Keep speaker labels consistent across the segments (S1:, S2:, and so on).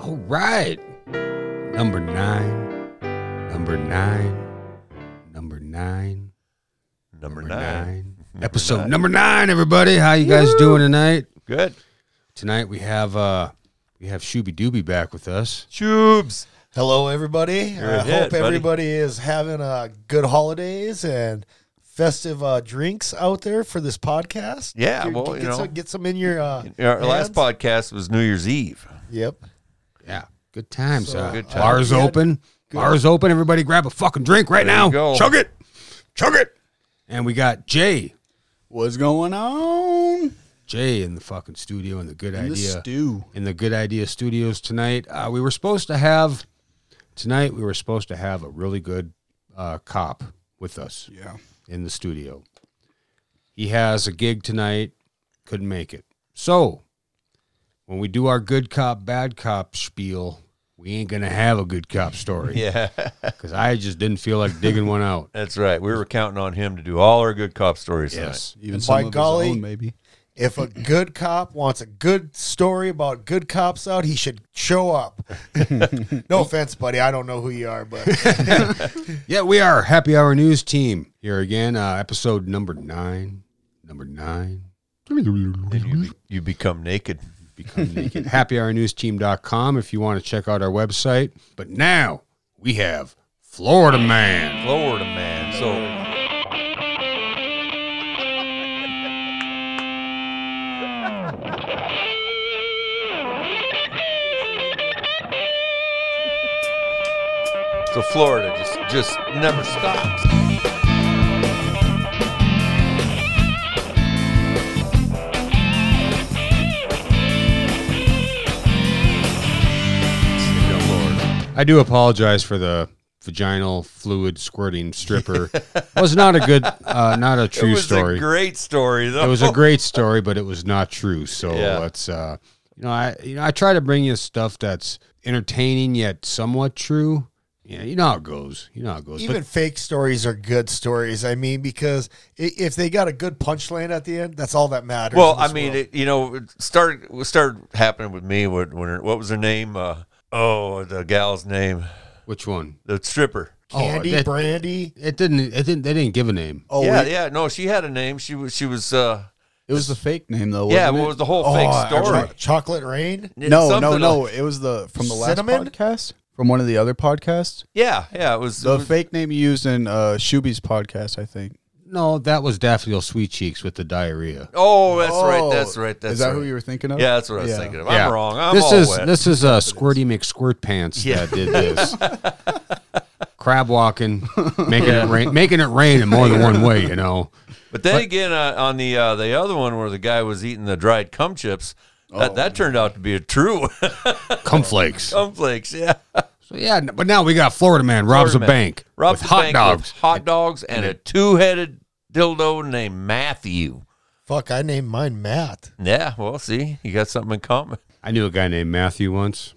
S1: All right. Number nine. Number nine. Number nine.
S2: Number, nine.
S1: Episode number nine, everybody. How you guys doing tonight?
S2: Good.
S1: Tonight we have uh we have Shooby Dooby back with us.
S2: Tubes.
S3: Hello, everybody.
S2: a
S3: I
S2: hit,
S3: hope
S2: buddy.
S3: everybody is having uh, good holidays and festive uh, drinks out there for this podcast.
S2: Yeah,
S3: Get-
S2: well,
S3: get,
S2: you know.
S3: some, get some in your. Uh,
S2: Our last
S3: hands.
S2: podcast was New Year's Eve.
S3: Yep.
S1: Yeah. Good times.
S3: So,
S1: uh,
S2: Good times.
S1: Bars
S3: Yeah.
S1: open. Bars open. Everybody grab a fucking drink right
S2: There you
S1: now.
S2: go.
S1: Chug it. Chug it. And we got Jay.
S4: What's going on?
S1: Jay in the fucking studio in the good
S4: In the
S1: idea.
S4: stew.
S1: in the Good Idea Studios tonight. Uh, we were supposed to have tonight. We were supposed to have a really good uh, cop with us
S4: Yeah.
S1: in the studio. He has a gig tonight. Couldn't make it. So when we do our good cop bad cop spiel, we ain't gonna have a good cop story
S2: Yeah,
S1: because I just didn't feel like digging one out.
S2: that's right. We were counting on him to do all our good cop stories.
S1: Yes.
S4: Even
S3: By golly.
S4: maybe.
S3: If a good cop wants a good story about good cops out, he should show up. no offense, buddy. I don't know who you are, but
S1: Yeah, we are Happy Hour News Team here again. Uh, episode number nine. Number nine.
S2: Tonight. Then you, be- you become naked.
S1: become naked. HappyHourNewsTeam.com if you want to check out our website. But now we have Florida Man.
S2: Florida man. So So Florida just just never stops. Florida.
S1: I do apologize for the vaginal fluid squirting stripper. was not a good, uh, not a
S2: it
S1: true
S2: was
S1: story.
S2: a great story though.
S1: it was a great story, but it was not true. So
S2: Yeah.
S1: it's uh, you know, I you know, I try to bring you stuff that's entertaining yet somewhat true. Yeah, you know how it goes. You know how it goes.
S3: even fake stories are good stories. I mean, because i- if they got a good punchline at the end, that's all that matters.
S2: Well,
S3: in
S2: I
S3: this
S2: mean,
S3: world.
S2: it, you know, it started it started happening with me when, when her, what was her name? Uh, oh, the gal's name,
S1: but which one?
S2: the stripper.
S3: candy,
S1: oh, that-
S3: brandy.
S1: It didn't. It didn't. They didn't give a name.
S3: Oh,
S2: yeah,
S3: we-
S2: yeah. No, she had a name. She was she was. Uh,
S4: It was the fake name though.
S2: yeah,
S4: wasn't
S2: well,
S4: it?
S2: it was the whole
S3: Oh, I-
S2: fake
S3: I-
S2: story.
S3: chocolate rain.
S2: It-
S4: no, no,
S2: something
S4: no.
S2: like-
S4: It was the from the last
S3: Cinnamon?
S4: podcast from one of the other podcasts.
S2: yeah, yeah. It was.
S4: The
S2: it was-
S4: fake name you used in uh, Shuby's podcast, I think.
S1: No, that was Daffodil Sweet Cheeks with the diarrhea.
S2: oh, that's right.
S4: Oh,
S2: That's right. That's
S4: Is that
S2: right.
S4: who you were thinking of?
S2: Yeah, that's what I was
S4: Yeah.
S2: thinking of.
S1: Yeah.
S2: I'm wrong. I'm
S1: this
S2: all
S1: is
S2: wet.
S1: this is uh, Squirty McSquirt Pants
S2: Yeah.
S1: that did this. Crab walking, making it rain, making it rain in more than one way. You know,
S2: but then again, uh, on the uh, the other one where the guy was eating the dried cum chips, that,
S4: Oh.
S2: that turned out to be a true
S1: cum flakes. So
S2: cum flakes. Yeah,
S1: yeah, n- but now we got Florida man robs
S2: Florida
S1: a
S2: man.
S1: bank,
S2: Rob's
S1: with hot dogs.
S2: hot dogs, and a two headed dildo named Matthew.
S3: Fuck, I named mine Matt.
S2: Yeah, well, see, you got something in common.
S1: I knew a guy named Matthew once.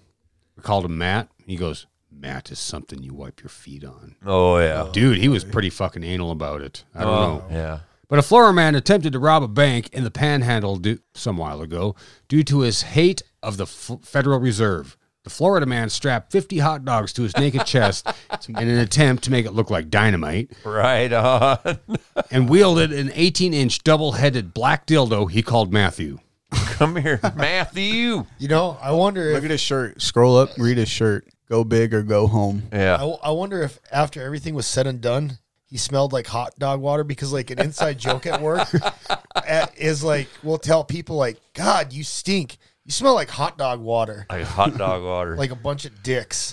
S1: We called him Matt. He goes, Matt is something you wipe your feet on.
S2: Oh yeah, Oh.
S1: Dude, he was pretty fucking anal about it. I don't know.
S2: yeah.
S1: But a Florida man attempted to rob a bank in the Panhandle due, some while ago due to his hate of the F- Federal Reserve. The Florida man strapped 50 hot dogs to his naked chest in an attempt to make it look like dynamite
S2: Right on.
S1: and wielded an 18 inch double headed black dildo he called Matthew.
S2: Come here, Matthew.
S3: You know, I wonder
S4: Look
S3: if
S4: at his shirt. Scroll up. Read his shirt. Go big or go home.
S3: I,
S2: Yeah.
S3: I wonder if after everything was said and done, he smelled like hot dog water because like an inside joke at work uh, is like we'll tell people like, God, you stink. You smell like hot dog water,
S2: Like hot dog water.
S3: like a bunch of dicks.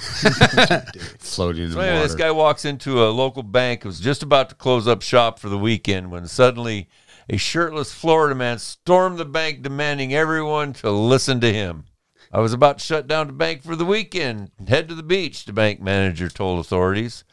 S1: Floating in the
S2: So anyway, this
S1: water.
S2: guy walks into a local bank, was just about to close up shop for the weekend, when suddenly a shirtless Florida man stormed the bank, demanding everyone to listen to him. I was about to shut down the bank for the weekend, and head to the beach, the bank manager told authorities.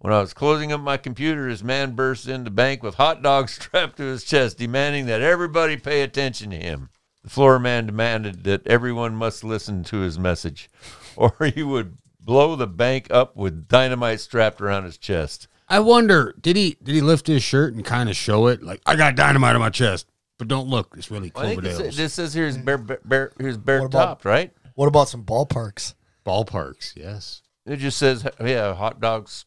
S2: When I was closing up my computer, his man burst into the bank with hot dogs strapped to his chest, demanding that everybody pay attention to him. The Florida man demanded that everyone must listen to his message, or he would blow the bank up with dynamite strapped around his chest.
S1: I wonder, did he did he lift his shirt and kind of show it? Like, I got dynamite on my chest, but don't look. It's really
S2: I think this,
S1: Cloverdale's.
S2: this says here's bare, bare, bare here's bare
S3: What about-
S2: topped, right?
S3: what about some ballparks?
S1: Ballparks, yes.
S2: It just says, yeah, hot dogs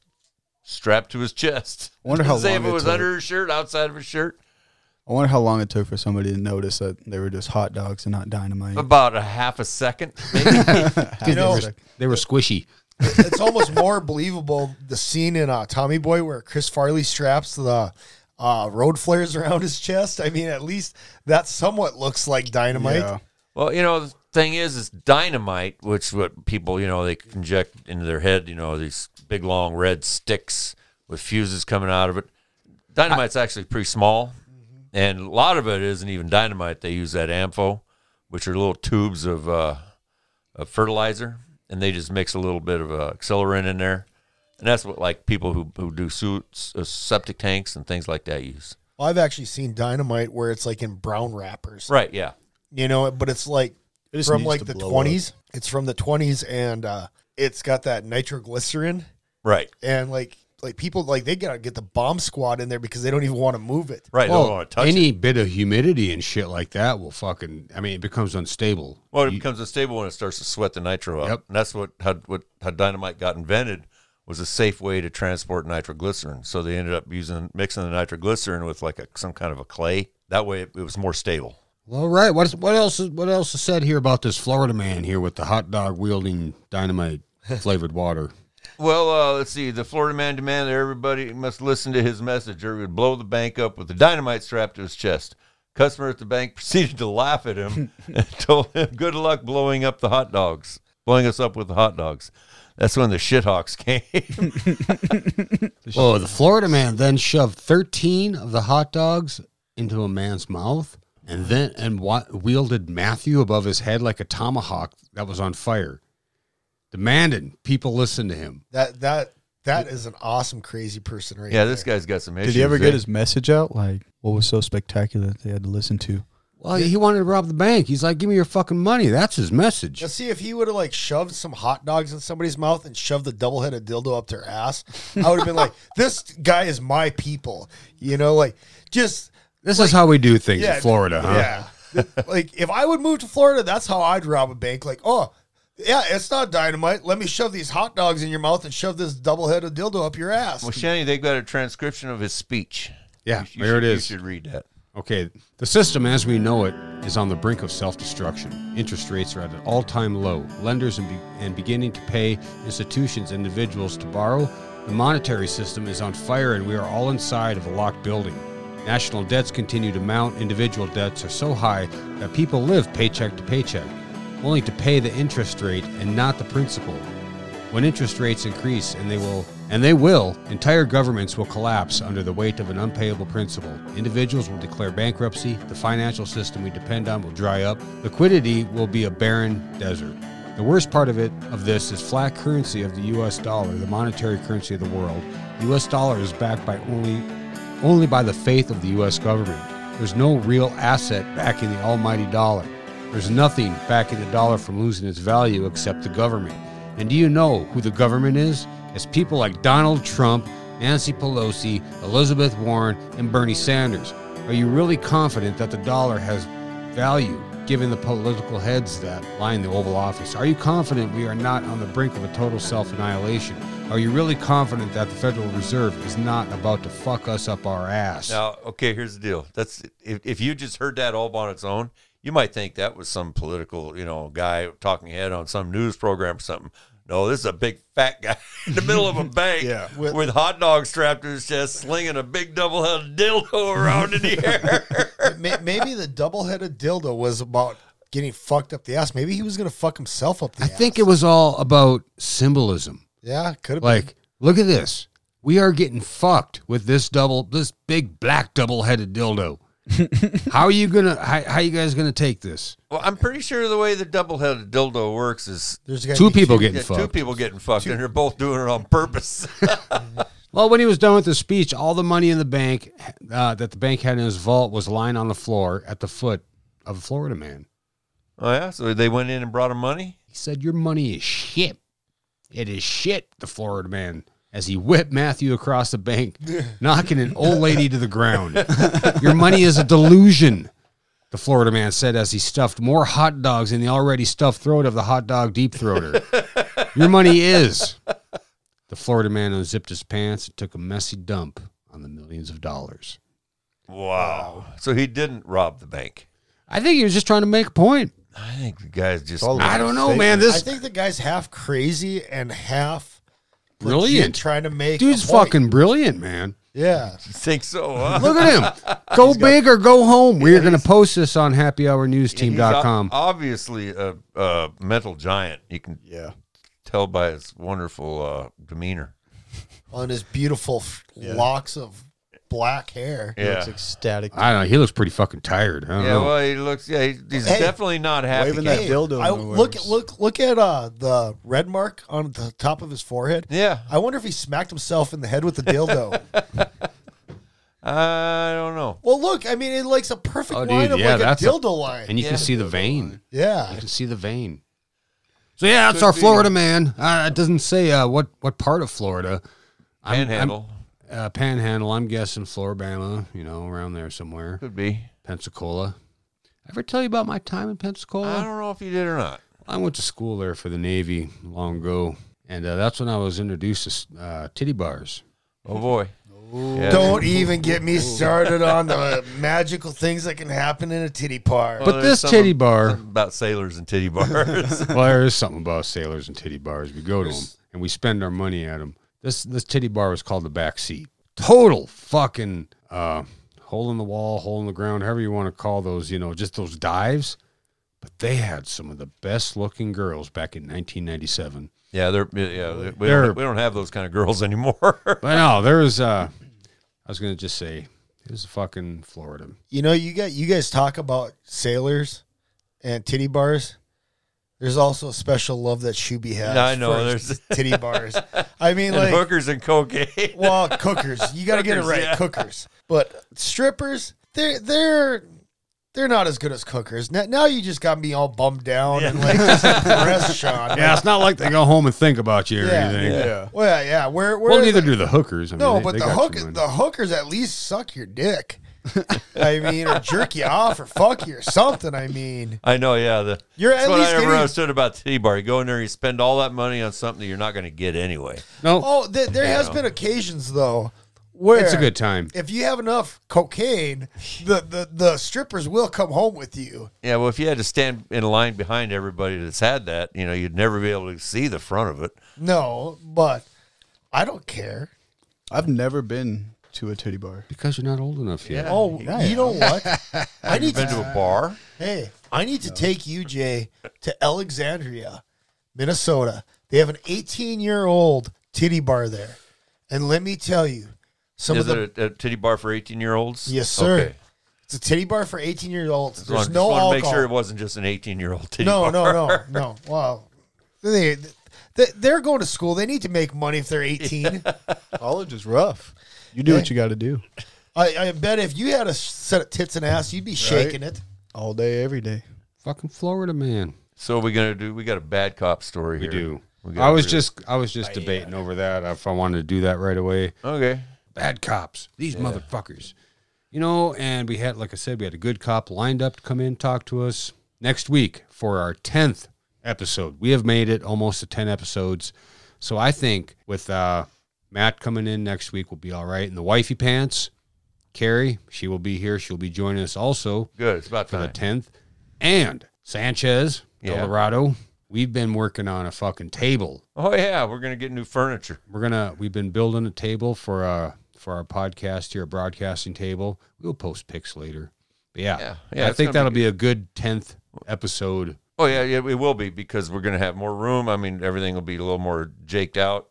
S2: strapped to his chest.
S4: Wonder how
S2: Doesn't say if
S4: long
S2: it
S4: it
S2: was
S4: took.
S2: under his shirt, outside of his shirt.
S4: I wonder how long it took for somebody to notice that they were just hot dogs and not dynamite.
S2: About a half a second, maybe.
S3: You know,
S1: They were squishy.
S3: it's almost more believable the scene in uh, Tommy Boy where Chris Farley straps the uh, road flares around his chest. I mean, at least that somewhat looks like dynamite.
S4: Yeah.
S2: well, you know, the thing is, is dynamite, which what people, you know, they inject into their head, you know, these big long red sticks with fuses coming out of it. Dynamite's actually pretty small, and a lot of it isn't even dynamite. They use that ampho, which are little tubes of, uh, of fertilizer, and they just mix a little bit of uh, accelerant in there. And that's what like people who, who do suits, uh, septic tanks and things like that use.
S3: Well, I've actually seen dynamite where it's like in brown wrappers,
S2: Right? Yeah.
S3: you know, but it's like
S4: It just
S3: from
S4: needs
S3: like
S4: to
S3: the
S4: blow up.
S3: 20s. It's from the 20s and uh, it's got that nitroglycerin
S2: Right.
S3: and like like people like they gotta get the bomb squad in there because they don't even want to move it.
S2: Right. they
S1: Well,
S2: don't want to touch it.
S1: any bit of humidity and shit like that will fucking. I mean, it becomes unstable.
S2: Well, it
S1: You-
S2: becomes unstable when it starts to sweat the nitro up.
S1: Yep.
S2: And that's what how, what how dynamite got invented was a safe way to transport nitroglycerin. So they ended up using mixing the nitroglycerin with like a, some kind of a clay. That way, it, it was more stable.
S1: Well, all right. What's, what else? Is, what else is said here about this Florida man here with the hot dog wielding dynamite flavored water?
S2: Well, uh, let's see. The Florida man demanded that everybody must listen to his message, or he would blow the bank up with a dynamite strapped to his chest. Customer at the bank proceeded to laugh at him and told him, "Good luck blowing up the hot dogs, blowing us up with the hot dogs." That's when the shithawks came.
S1: Oh, the Florida man then shoved thirteen of the hot dogs into a man's mouth, and then and wa- wielded Matthew above his head like a tomahawk that was on fire, demanding people listen to him.
S3: That that that is an awesome crazy person right
S2: yeah, this guy's got some issues.
S4: Did he ever
S2: eh?
S4: get his message out? Like, what was so spectacular that they had to listen to?
S1: Well, he wanted to rob the bank. He's like, "Give me your fucking money." That's his message.
S3: Let's see if he would have like shoved some hot dogs in somebody's mouth and shoved the double headed dildo up their ass. I would have been like, this guy is my people. You know, like just
S1: this is how we do things
S3: yeah,
S1: in Florida, huh?
S3: Yeah. like if I would move to Florida, that's how I'd rob a bank. Like, oh yeah, it's not dynamite. Let me shove these hot dogs in your mouth and shove this double headed dildo up your ass.
S2: Well, Shanny, they've got a transcription of his speech.
S1: Yeah,
S2: You
S1: there it
S2: should-
S1: is.
S2: You should read that.
S1: Okay, the system as we know it is on the brink of self destruction. Interest rates are at an all time low. Lenders and, be- and beginning to pay institutions, individuals to borrow. The monetary system is on fire, and we are all inside of a locked building. National debts continue to mount. Individual debts are so high that people live paycheck to paycheck, only to pay the interest rate and not the principal. When interest rates increase, and they will, and they will, entire governments will collapse under the weight of an unpayable principal. Individuals will declare bankruptcy. The financial system we depend on will dry up. Liquidity will be a barren desert. The worst part of it of this is flat currency of the U.S. dollar, the monetary currency of the world. The U.S. dollar is backed by only only by the faith of the U.S. government. There's no real asset backing the almighty dollar. There's nothing backing the dollar from losing its value except the government. And do you know who the government is? It's people like Donald Trump, Nancy Pelosi, Elizabeth Warren, and Bernie Sanders. Are you really confident that the dollar has value given the political heads that line the Oval Office? Are you confident we are not on the brink of a total self annihilation? Are you really confident that the Federal Reserve is not about to fuck us up our ass?
S2: Now, okay, here's the deal. That's if, if you just heard that all on its own, you might think that was some political, you know, guy talking head on some news program or something. No, this is a big fat guy in the middle of a bank
S4: Yeah.
S2: with, hot dogs strapped to his chest, slinging a big double-headed dildo around in the air.
S3: May- Maybe the double headed dildo was about getting fucked up the ass. Maybe he was gonna fuck himself up the
S1: I
S3: ass.
S1: think it was all about symbolism.
S3: Yeah, could have
S1: Like, look at this. We are getting fucked with this double, this big black double-headed dildo. how are you gonna? How, how you guys gonna take this?
S2: well, I'm pretty sure the way the double-headed dildo works is
S3: there's gotta
S1: Two
S3: be-
S1: people
S2: yeah,
S1: getting
S2: two
S1: fucked.
S2: people getting fucked, and they're both doing it on purpose.
S1: Well, when he was done with his speech, all the money in the bank uh, that the bank had in his vault was lying on the floor at the foot of a Florida man.
S2: oh yeah, so they went in and brought him money.
S1: He said, Your money is shit. It is shit, the Florida man, as he whipped Matthew across the bank, knocking an old lady to the ground. Your money is a delusion, the Florida man said as he stuffed more hot dogs in the already stuffed throat of the hot dog deep throater. Your money is. The Florida man unzipped his pants and took a messy dump on the millions of dollars.
S2: Wow. So he didn't rob the bank.
S1: I think he was just trying to make a point.
S2: I think the guy's just
S4: all
S1: I don't know,
S4: Statement.
S1: man.
S3: I
S1: This
S3: think the guy's half crazy and half legit
S1: brilliant.
S3: trying to make.
S1: Dude's
S3: a point.
S1: fucking brilliant, man.
S3: yeah.
S2: You think so. Huh?
S1: Look at him. Go big or go home. We are going to post this on happyhournewsteam.com.
S2: He's o- obviously a, a mental giant. You can
S4: Yeah.
S2: tell by his wonderful uh, demeanor.
S3: On his beautiful f locks of black hair.
S4: He
S2: Yeah.
S4: looks ecstatic.
S1: I don't know. He looks pretty fucking tired. I don't
S2: yeah,
S1: know.
S2: well, he looks. Yeah, he's, he's
S3: Hey,
S2: definitely not happy.
S4: waving
S2: guy.
S4: that dildo
S3: I,
S4: in the
S3: look
S4: works.
S3: look look at uh, the red mark on the top of his forehead.
S2: Yeah,
S3: I wonder if he smacked himself in the head with the dildo.
S2: I don't know.
S3: well, look, I mean, it likes a perfect
S1: Oh, dude,
S3: line of
S1: yeah,
S3: like
S1: that's
S3: a
S1: a-
S3: dildo line.
S1: and you
S2: Yeah.
S1: can see the vein.
S3: yeah,
S1: You can see the vein. So yeah, that's
S2: Could
S1: our
S2: be.
S1: Florida man. Uh, it doesn't say uh, what what part of Florida. I'm- I'm-
S2: Panhandle
S1: uh, Panhandle. I'm guessing Floribama. You know, around there somewhere.
S2: could be.
S1: Pensacola. Ever tell you about my time in Pensacola?
S2: I don't know if you did or not.
S1: I went to school there for the Navy long ago, and uh, that's when I was introduced to uh, titty bars.
S2: Oh boy. Yeah.
S3: Don't even get me started on the magical things that can happen in a titty bar.
S2: Well,
S1: but
S2: Oh, there's
S1: this
S2: something-
S1: titty bar-
S2: something about sailors and titty bars.
S1: well, there is something about sailors and titty bars. We go to them and we spend our money at them. This this titty bar was called the back seat. Total fucking uh, hole in the wall, hole in the ground, however you want to call those. You know, just those dives. But they had some of the best looking girls back in 1997.
S2: yeah, they're yeah. they- We,
S1: They're-
S2: don't, we don't have those kind of girls anymore.
S1: But no, there was. Uh, I was gonna just say it was fucking Florida.
S3: You know, you got you guys talk about sailors and titty bars. There's also a special love that Shuby has.
S2: Yeah, I know,
S3: for
S2: there's-
S3: titty bars. I mean,
S2: and
S3: like
S2: hookers and cocaine.
S3: well, cookers. You got to get it
S2: Cookers,
S3: right,
S2: yeah.
S3: cookers. But strippers, they're they're they're not as good as cookers. Now, now you just got me all bummed down and like just impressed, Sean. Like,
S1: Yeah, it's not like they go home and think about you or
S3: Yeah.
S1: anything.
S4: Yeah.
S3: Well, yeah, where where
S1: Well, neither do the hookers. I mean,
S3: no,
S1: they-
S3: but
S1: they
S3: the
S1: got your
S3: hook
S1: money.
S3: the hookers at least suck your dick. I mean, or jerk you off, or fuck you, or something. I mean,
S2: I know, yeah. The,
S3: You're
S2: that's
S3: at
S2: what
S3: least
S2: I ever
S3: getting-
S2: understood about titty bar. You go in there, you spend all that money on something that you're not going to get anyway.
S1: no,
S3: oh, th- there has been occasions though where
S1: it's a good time.
S3: If you have enough cocaine, the, the the strippers will come home with you.
S2: Yeah, well, if you had to stand in line behind everybody that's had that, you know, you'd never be able to see the front of it.
S3: No, but I don't care.
S4: I've never been to a titty bar.
S1: Because you're not old enough yet.
S3: Oh, you know what? I need
S2: Been to
S3: to.
S2: a bar?
S3: Hey, I need to take you, Jay, to Alexandria, Minnesota. They have an 18 year old titty bar there, and let me tell you, some
S2: Is
S3: of the
S2: it a, a titty bar for 18 year olds?
S3: yes, sir.
S2: Okay.
S3: It's a titty bar for 18 year olds.
S2: Just wanted-
S3: There's
S2: just
S3: no
S2: wanted
S3: alcohol.
S2: to make sure it wasn't just an 18 year old titty bar.
S3: no, no, no, no. Wow, they, they they're going to school. They need to make money if they're 18.
S4: College is rough. You do what you got to do
S3: I, I bet if you had a set of tits and ass, you'd be shaking it.
S4: all day, every day.
S1: Fucking Florida man.
S2: So we're going to do, we got a bad cop story
S1: We
S2: here.
S1: do.
S2: We got
S1: I was
S2: real-
S1: just I was just debating over that if I wanted to do that right away.
S2: Okay.
S1: Bad cops. These motherfuckers. You know, and we had like I said, we had a good cop lined up to come in talk to us next week for our tenth episode. We have made it almost to ten episodes. So I think with uh Matt coming in next week will be all right. And the wifey pants, Carrie, she will be here. She'll be joining us also.
S2: Good. It's about
S1: for the
S2: time.
S1: tenth, and Sanchez,
S2: Yeah.
S1: Colorado. We've been working on a fucking table.
S2: Oh, yeah. We're going to get new furniture.
S1: We're gonna we've been building a table for uh for our podcast here, a broadcasting table. We'll post pics later. But yeah,
S2: Yeah. Yeah,
S1: I
S2: it's gonna
S1: think
S2: be
S1: that'll be, a good tenth episode.
S2: Oh, yeah. Yeah. It will be because we're going to have more room. I mean, everything will be a little more jaked out.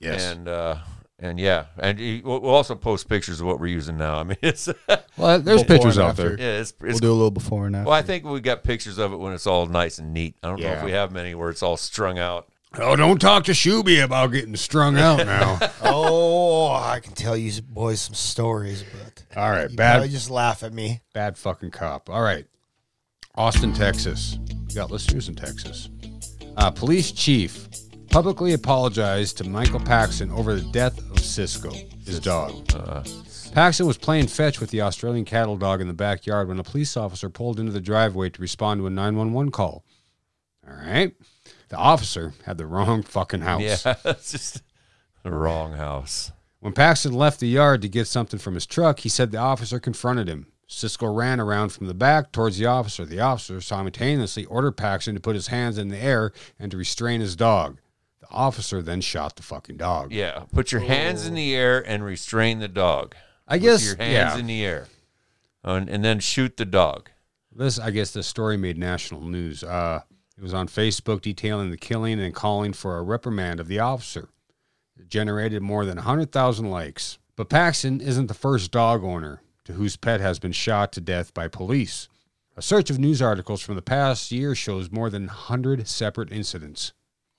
S2: And, uh, and yeah, and you- we'll we'll also post pictures of what we're using now. I mean, it's yeah,
S1: well, there's
S4: Before
S1: pictures
S4: and
S1: out there.
S4: after.
S2: it's
S4: We'll
S2: it's
S4: do a little before and after.
S2: Well, I think we got pictures of it when it's all nice and neat. I don't know if
S1: Yeah.
S2: we have many where it's all strung out.
S1: Oh, don't talk to Shuby about getting strung out now.
S3: oh, I can tell you boys some stories, but
S1: All right,
S3: you
S1: bad
S3: probably just laugh at me.
S1: Bad fucking cop. All right. Austin, Texas. You got listeners in Texas. Uh, police chief publicly apologized to Michael Paxton over the death of Cisco, his dog. Paxton was playing fetch with the Australian cattle dog in the backyard when a police officer pulled into the driveway to respond to a 911 call. All right. The officer had the wrong fucking house.
S2: Yeah, it's just the wrong house.
S1: When Paxton left the yard to get something from his truck, he said the officer confronted him. Cisco ran around from the back towards the officer. The officer simultaneously ordered Paxton to put his hands in the air and to restrain his dog. The officer then shot the fucking dog.
S2: Yeah, put your hands
S1: Oh.
S2: in the air and restrain the dog.
S1: I guess
S2: Your hands
S1: yeah.
S2: in the air, and, and then shoot the dog.
S1: This, I guess, this story made national news. Uh, it was on Facebook detailing the killing and calling for a reprimand of the officer. It generated more than 100,000 likes. But Paxton isn't the first dog owner to whose pet has been shot to death by police. A search of news articles from the past year shows more than 100 separate incidents.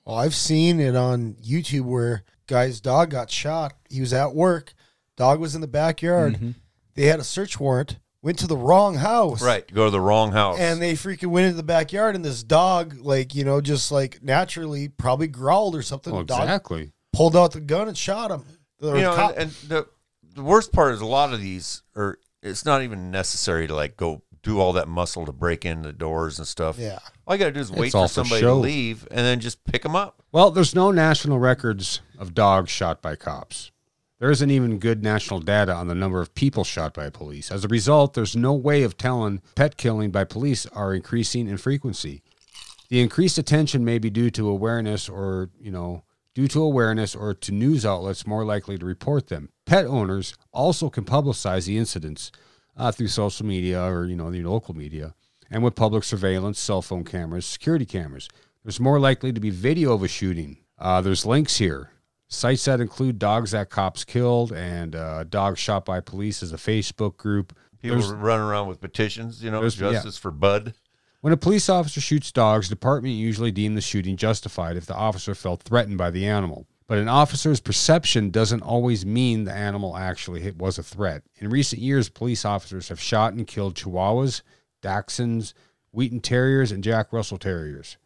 S3: Well, I've seen it on YouTube where guy's dog got shot. He was at work. Dog was in the backyard. They had a search warrant. Went to the wrong house.
S2: Right, go to the wrong house.
S3: And they freaking went into the backyard, and this dog, like you know, just like naturally, probably growled or something.
S1: Well,
S3: dog
S1: Oh, exactly.
S3: pulled out the gun and shot him. The
S2: you know,
S3: cop-
S2: and, and the the worst part is a lot of these are. It's not even necessary to like go do all that muscle to break in the doors and stuff.
S3: Yeah.
S2: all you gotta do is wait
S1: all
S2: for
S1: for
S2: somebody to
S1: show.
S2: leave and then just pick them up.
S1: Well, there's no national records of dogs shot by cops. There isn't even good national data on the number of people shot by police. As a result, there's no way of telling pet killing by police are increasing in frequency. The increased attention may be due to awareness or, you know, due to awareness or to news outlets more likely to report them. Pet owners also can publicize the incidents uh, through social media or, you know, the local media and with public surveillance, cell phone cameras, security cameras. There's more likely to be video of a shooting. Uh, there's links here. Sites that include dogs that cops killed and uh, dogs shot by police is a Facebook group.
S2: People
S1: There's-
S2: run around with petitions. You know,
S1: there's- yeah.
S2: justice for Bud.
S1: When a police officer shoots dogs, the department usually deem the shooting justified if the officer felt threatened by the animal. But an officer's perception doesn't always mean the animal actually hit- was a threat. In recent years, police officers have shot and killed chihuahuas, dachshunds, Wheaton Terriers, and Jack Russell Terriers.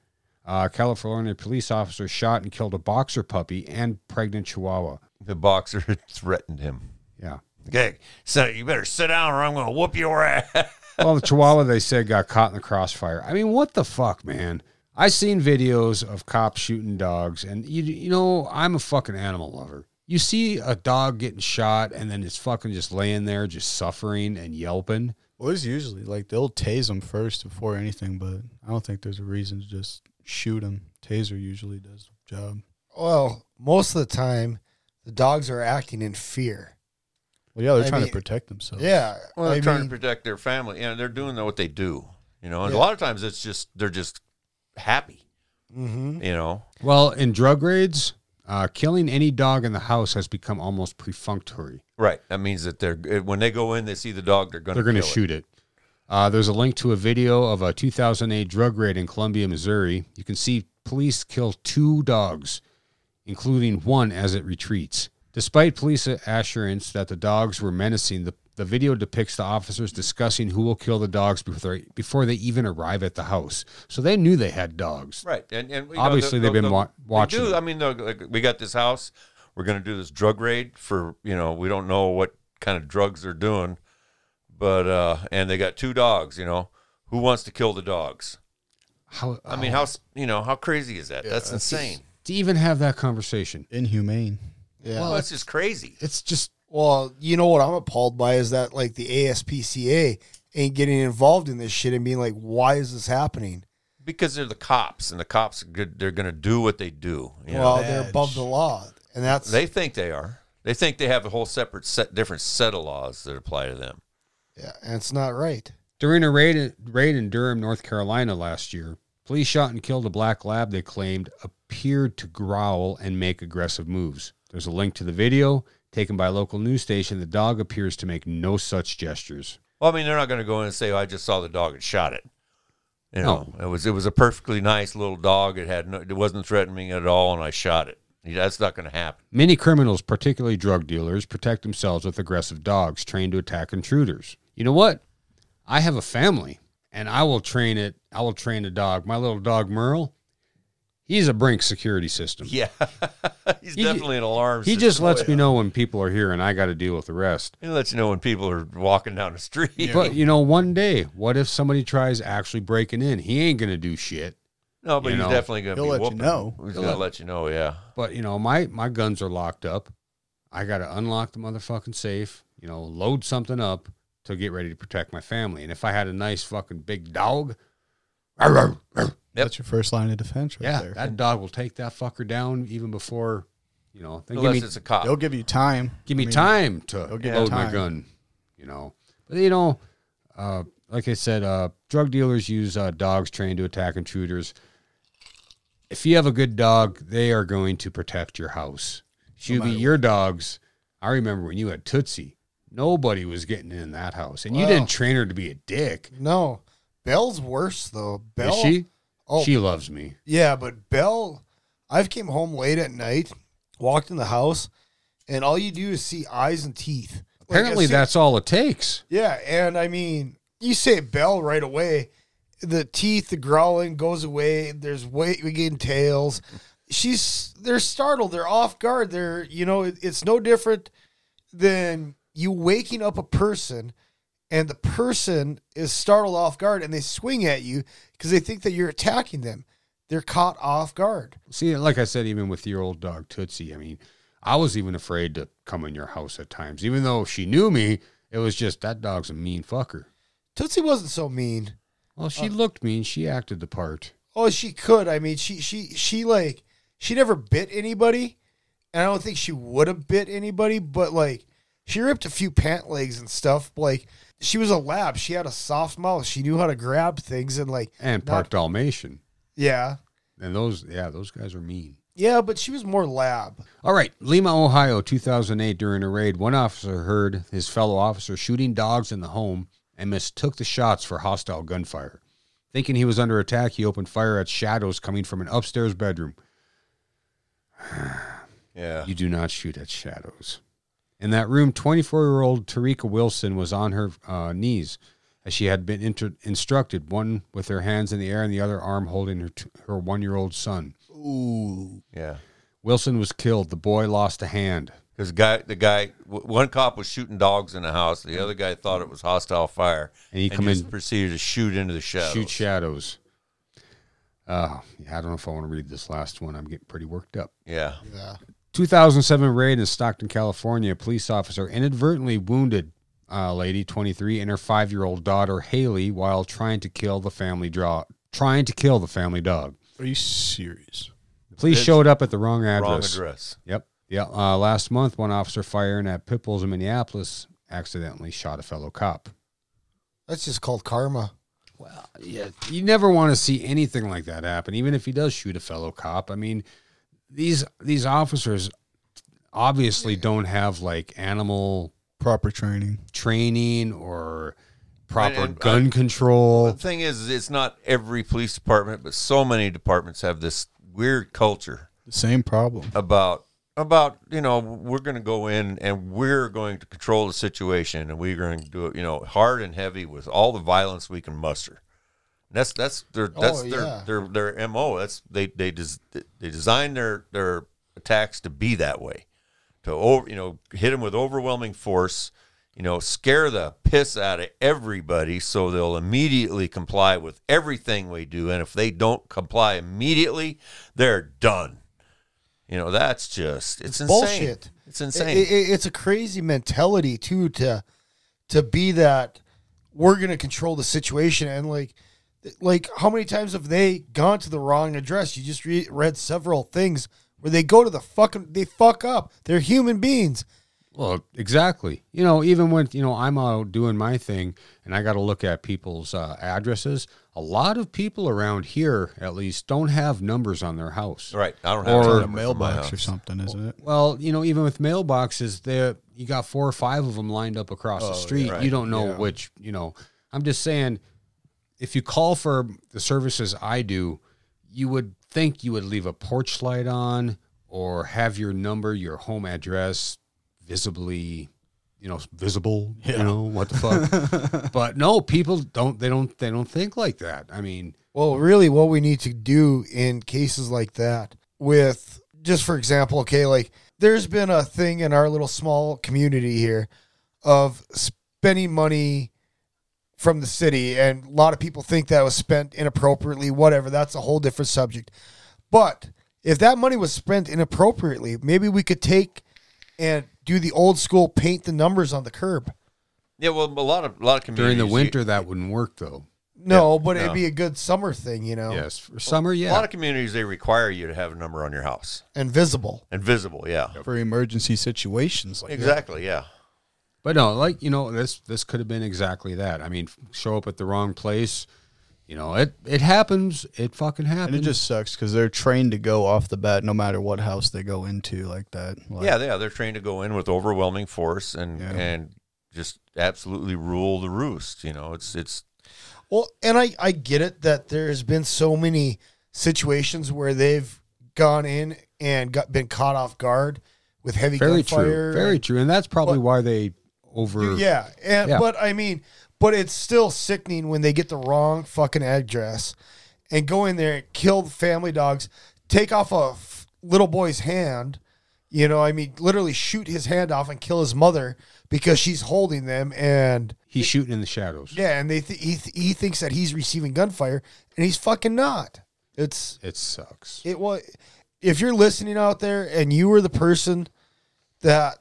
S1: Uh, California police officer shot and killed a boxer puppy and pregnant chihuahua.
S2: The boxer threatened him.
S1: Yeah.
S2: Okay, so you better sit down or I'm gonna whoop your ass.
S1: well, the Chihuahua they said got caught in the crossfire. I mean, what the fuck, man? I seen videos of cops shooting dogs, and you you know I'm a fucking animal lover. You see a dog getting shot, and then it's fucking just laying there, just suffering and yelping.
S4: Well, it's usually like they'll tase them first before anything, but I don't think there's a reason to just shoot them. Taser usually does the job.
S3: well, most of the time, the dogs are acting in fear.
S4: Well, yeah, they're
S3: I
S4: trying
S3: mean-
S4: to protect themselves.
S3: Yeah,
S2: Well, they're
S3: I
S2: trying
S3: mean,
S2: to protect their family. You know, they're doing what they do. You know, and a
S3: Yeah.
S2: lot of times it's just they're just happy. Mm-hmm. You know,
S1: Well, in drug raids, uh, killing any dog in the house has become almost perfunctory.
S2: right? That means that they're when they go in, they see the dog, they're gonna
S1: They're going to
S2: kill it.
S1: shoot it. Uh, there's a link to a video of a 2008 drug raid in Columbia, Missouri. You can see police kill two dogs, including one as it retreats. Despite police assurance that the dogs were menacing, the, the video depicts the officers discussing who will kill the dogs before they, before they even arrive at the house. So they knew they had dogs.
S2: Right, and, and you
S1: Obviously,
S2: they'll-
S1: they've been
S2: they'll-
S1: wa- watching
S2: They do.
S1: it.
S2: I mean, they'll- like, we got this house. We're going to do this drug raid for you know we don't know what kind of drugs they're doing, but uh and they got two dogs. You know, who wants to kill the dogs?
S1: How, uh,
S2: I mean,
S3: Oh.
S2: how s- you know how crazy is that? that's insane.
S1: to even have that conversation?
S4: Inhumane.
S3: yeah.
S2: Well, that's just crazy.
S1: It's just
S3: Well, you know what I'm appalled by is that like the ASPCA ain't getting involved in this shit and being like, why is this happening?
S2: because they're the cops and the cops are good, they're going to do what they do you know?
S3: well,
S4: Badge.
S3: they're above the law, and that's
S2: they think they are they think they have a whole separate set different set of laws that apply to them
S3: yeah, and it's not right.
S1: During a raid, raid in Durham, North Carolina last year, police shot and killed a black lab they claimed appeared to growl and make aggressive moves. There's a link to the video taken by a local news station. The dog appears to make no such gestures.
S2: well i mean they're not going to go in and say oh, i just saw the dog and shot it you know it was it was a perfectly nice little dog it had no it wasn't threatening at all and i shot it You know, that's not going to happen
S1: Many criminals, particularly drug dealers, protect themselves with aggressive dogs trained to attack intruders. You know what? I have a family and I will train it. I will train a dog. My little dog, Merle, he's a brink security system.
S2: yeah he's
S1: He-
S2: definitely an alarm
S1: He
S2: system.
S1: just lets me know when people are here and I got to deal with the rest.
S2: he lets you know when people are walking down the street
S1: But you know, one day, what if somebody tries actually breaking in? He ain't gonna do shit.
S2: No, but
S1: You
S2: he's
S1: know,
S2: definitely going to
S4: he'll
S2: be
S4: let you
S2: whooping.
S4: know.
S2: He's
S1: He'll
S2: going
S1: let-
S2: to let you know, yeah.
S1: But you know, my my guns are locked up. I got to unlock the motherfucking safe. You know, load something up to get ready to protect my family. And if I had a nice fucking big dog,
S2: Yep.
S4: That's your first line of defense right
S1: yeah,
S4: there.
S1: that dog will take that fucker down even before. You know, they give
S2: Unless
S1: me
S2: it's a cop.
S4: They'll give you time.
S1: give me
S4: I mean,
S1: time to
S4: they'll
S1: load
S4: give
S2: you
S1: my
S4: time.
S1: gun. You know, but you know, uh, like I said, uh, drug dealers use uh, dogs trained to attack intruders. If you have a good dog, they are going to protect your house. Should be
S4: matter
S1: your dogs. I remember when you had Tootsie, nobody was getting in that house, and you
S3: Wow.
S1: didn't train her to be a dick.
S3: No, Belle's worse though. Belle,
S1: Is she?
S3: Oh.
S1: She loves me.
S3: yeah, but Belle, I've came home late at night, walked in the house, and all you do is see eyes and teeth. Like, as
S1: Apparently,
S3: soon-
S1: that's all it takes.
S3: yeah, and I mean, you say Belle right away, the teeth, the growling goes away. There's wagging tails. She's they're startled, they're off guard. They're you know, it, it's no different than you waking up a person and the person is startled off guard and they swing at you because they think that you're attacking them. They're caught off guard.
S1: See, like I said, even with your old dog Tootsie, I mean, I was even afraid to come in your house at times, even though she knew me. It was just that dog's a mean fucker.
S3: Tootsie wasn't so mean.
S1: Well, she looked mean. She acted the part.
S3: Oh, she could. I mean, she she she like she never bit anybody, and I don't think she would have bit anybody. But like, she ripped a few pant legs and stuff. Like, she was a lab. She had a soft mouth. She knew how to grab things and like,
S1: And part Dalmatian.
S3: yeah,
S1: And those, yeah, those guys are mean.
S3: yeah. But she was more lab.
S1: All right, Lima, Ohio, 2008. During a raid, one officer heard his fellow officer shooting dogs in the home and mistook the shots for hostile gunfire. Thinking he was under attack, he opened fire at shadows coming from an upstairs bedroom.
S2: yeah.
S1: You do not shoot at shadows. In that room, 24 year old Tarika Wilson was on her uh, knees as she had been inter- instructed, one with her hands in the air and the other arm holding her, t- her one year old son.
S2: Yeah.
S1: Wilson was killed. The boy lost a hand.
S2: Because guy, the guy, w- one cop was shooting dogs in the house. The other guy thought it was hostile fire,
S1: And he come
S2: just
S1: in-
S2: proceeded to shoot into the shadows.
S1: Shoot shadows. Uh, yeah, I don't know if I want to read this last one. I'm getting pretty worked up.
S2: yeah,
S1: 2007 raid in Stockton, California. A police officer inadvertently wounded a lady, 23, and her five-year-old daughter Haley while trying to kill the family draw, trying to kill the family dog.
S4: Are you serious?
S1: Police
S2: Bitch.
S1: showed up at the wrong address.
S2: wrong address.
S1: Yep. Yeah. Uh, last month, one officer firing at pit bulls in Minneapolis accidentally shot a fellow cop.
S3: That's just called karma.
S1: Well, yeah, you never want to see anything like that happen, even if he does shoot a fellow cop. I mean, these these officers obviously don't have like animal
S4: Proper training.
S1: training or proper
S2: and, uh,
S1: gun
S2: The
S1: control.
S2: thing is, is it's not every police department, but so many departments have this weird culture
S4: The same problem.
S2: about about you know we're going to go in and we're going to control the situation and we're going to do it you know hard and heavy with all the violence we can muster. And that's that's their that's
S3: Oh,
S2: their,
S3: yeah.
S2: their their mo. That's they they des, they design their their attacks to be that way, to over you know hit them with overwhelming force, you know scare the piss out of everybody so they'll immediately comply with everything we do. And if they don't comply immediately, they're done. You know that's just it's, insane.
S3: bullshit.
S2: It's insane.
S3: It- it- it's a crazy mentality too to to be that we're gonna control the situation and like like how many times have they gone to the wrong address? You just re- read several things where they go to the fucking they fuck up. They're human beings.
S1: Well, exactly. You know, even when you know I'm out doing my thing and I got to look at people's uh, addresses, a lot of people around here, at least, don't have numbers on their house.
S2: right? I don't
S1: Or
S2: have
S1: a
S2: a
S4: Or a mailbox or something, isn't it?
S1: Well, you know, even with mailboxes, there you got four or five of them lined up across the street.
S2: Oh, right.
S1: You don't know which. You know, I'm just saying, if you call for the services I do, you would think you would leave a porch light on or have your number, your home address, visibly, you know, visible. You know what the fuck? but no, people don't. They don't. They don't think like that. I mean,
S3: Well, really, what we need to do in cases like that, with just for example, okay, like there's been a thing in our little small community here of spending money from the city, and a lot of people think that was spent inappropriately. Whatever, that's a whole different subject. But if that money was spent inappropriately, maybe we could take and do the old school paint the numbers on the curb.
S2: Yeah, well, a lot of a lot of communities
S1: During the
S2: you-
S1: winter, that wouldn't work though.
S3: No, but
S2: no.
S3: it'd be a good summer thing, you
S2: Oh.
S3: know,
S1: Yes, for summer,
S2: a lot
S1: yeah.
S2: of communities they require you to have a number on your house
S3: and visible.
S2: and visible. Yeah,
S4: for emergency situations like
S2: exactly. Yeah,
S1: But no, like you know, this this could have been exactly that. I mean, show up at the wrong place. You know, it it happens. It fucking
S4: And
S1: happens.
S4: it just sucks because they're trained to go off the bat no matter what house they go into like that. Like,
S2: yeah, yeah. They're trained to go in with overwhelming force and and just absolutely rule the roost. You know, it's it's
S3: Well, and I, I get it that there has been so many situations where they've gone in and got been caught off guard with heavy
S1: very true,
S3: gunfire.
S1: very true, and that's probably why they over.
S3: Yeah, and,
S1: Yeah.
S3: but I mean, but it's still sickening when they get the wrong fucking address and go in there and kill the family dogs, take off a f- little boy's hand. You know, I mean, literally shoot his hand off and kill his mother because she's holding them, and
S1: He's shooting in the shadows.
S3: yeah, and they th- he th- he thinks that he's receiving gunfire, and he's fucking not. It's
S1: It sucks.
S3: it was if you're listening out there and you were the person that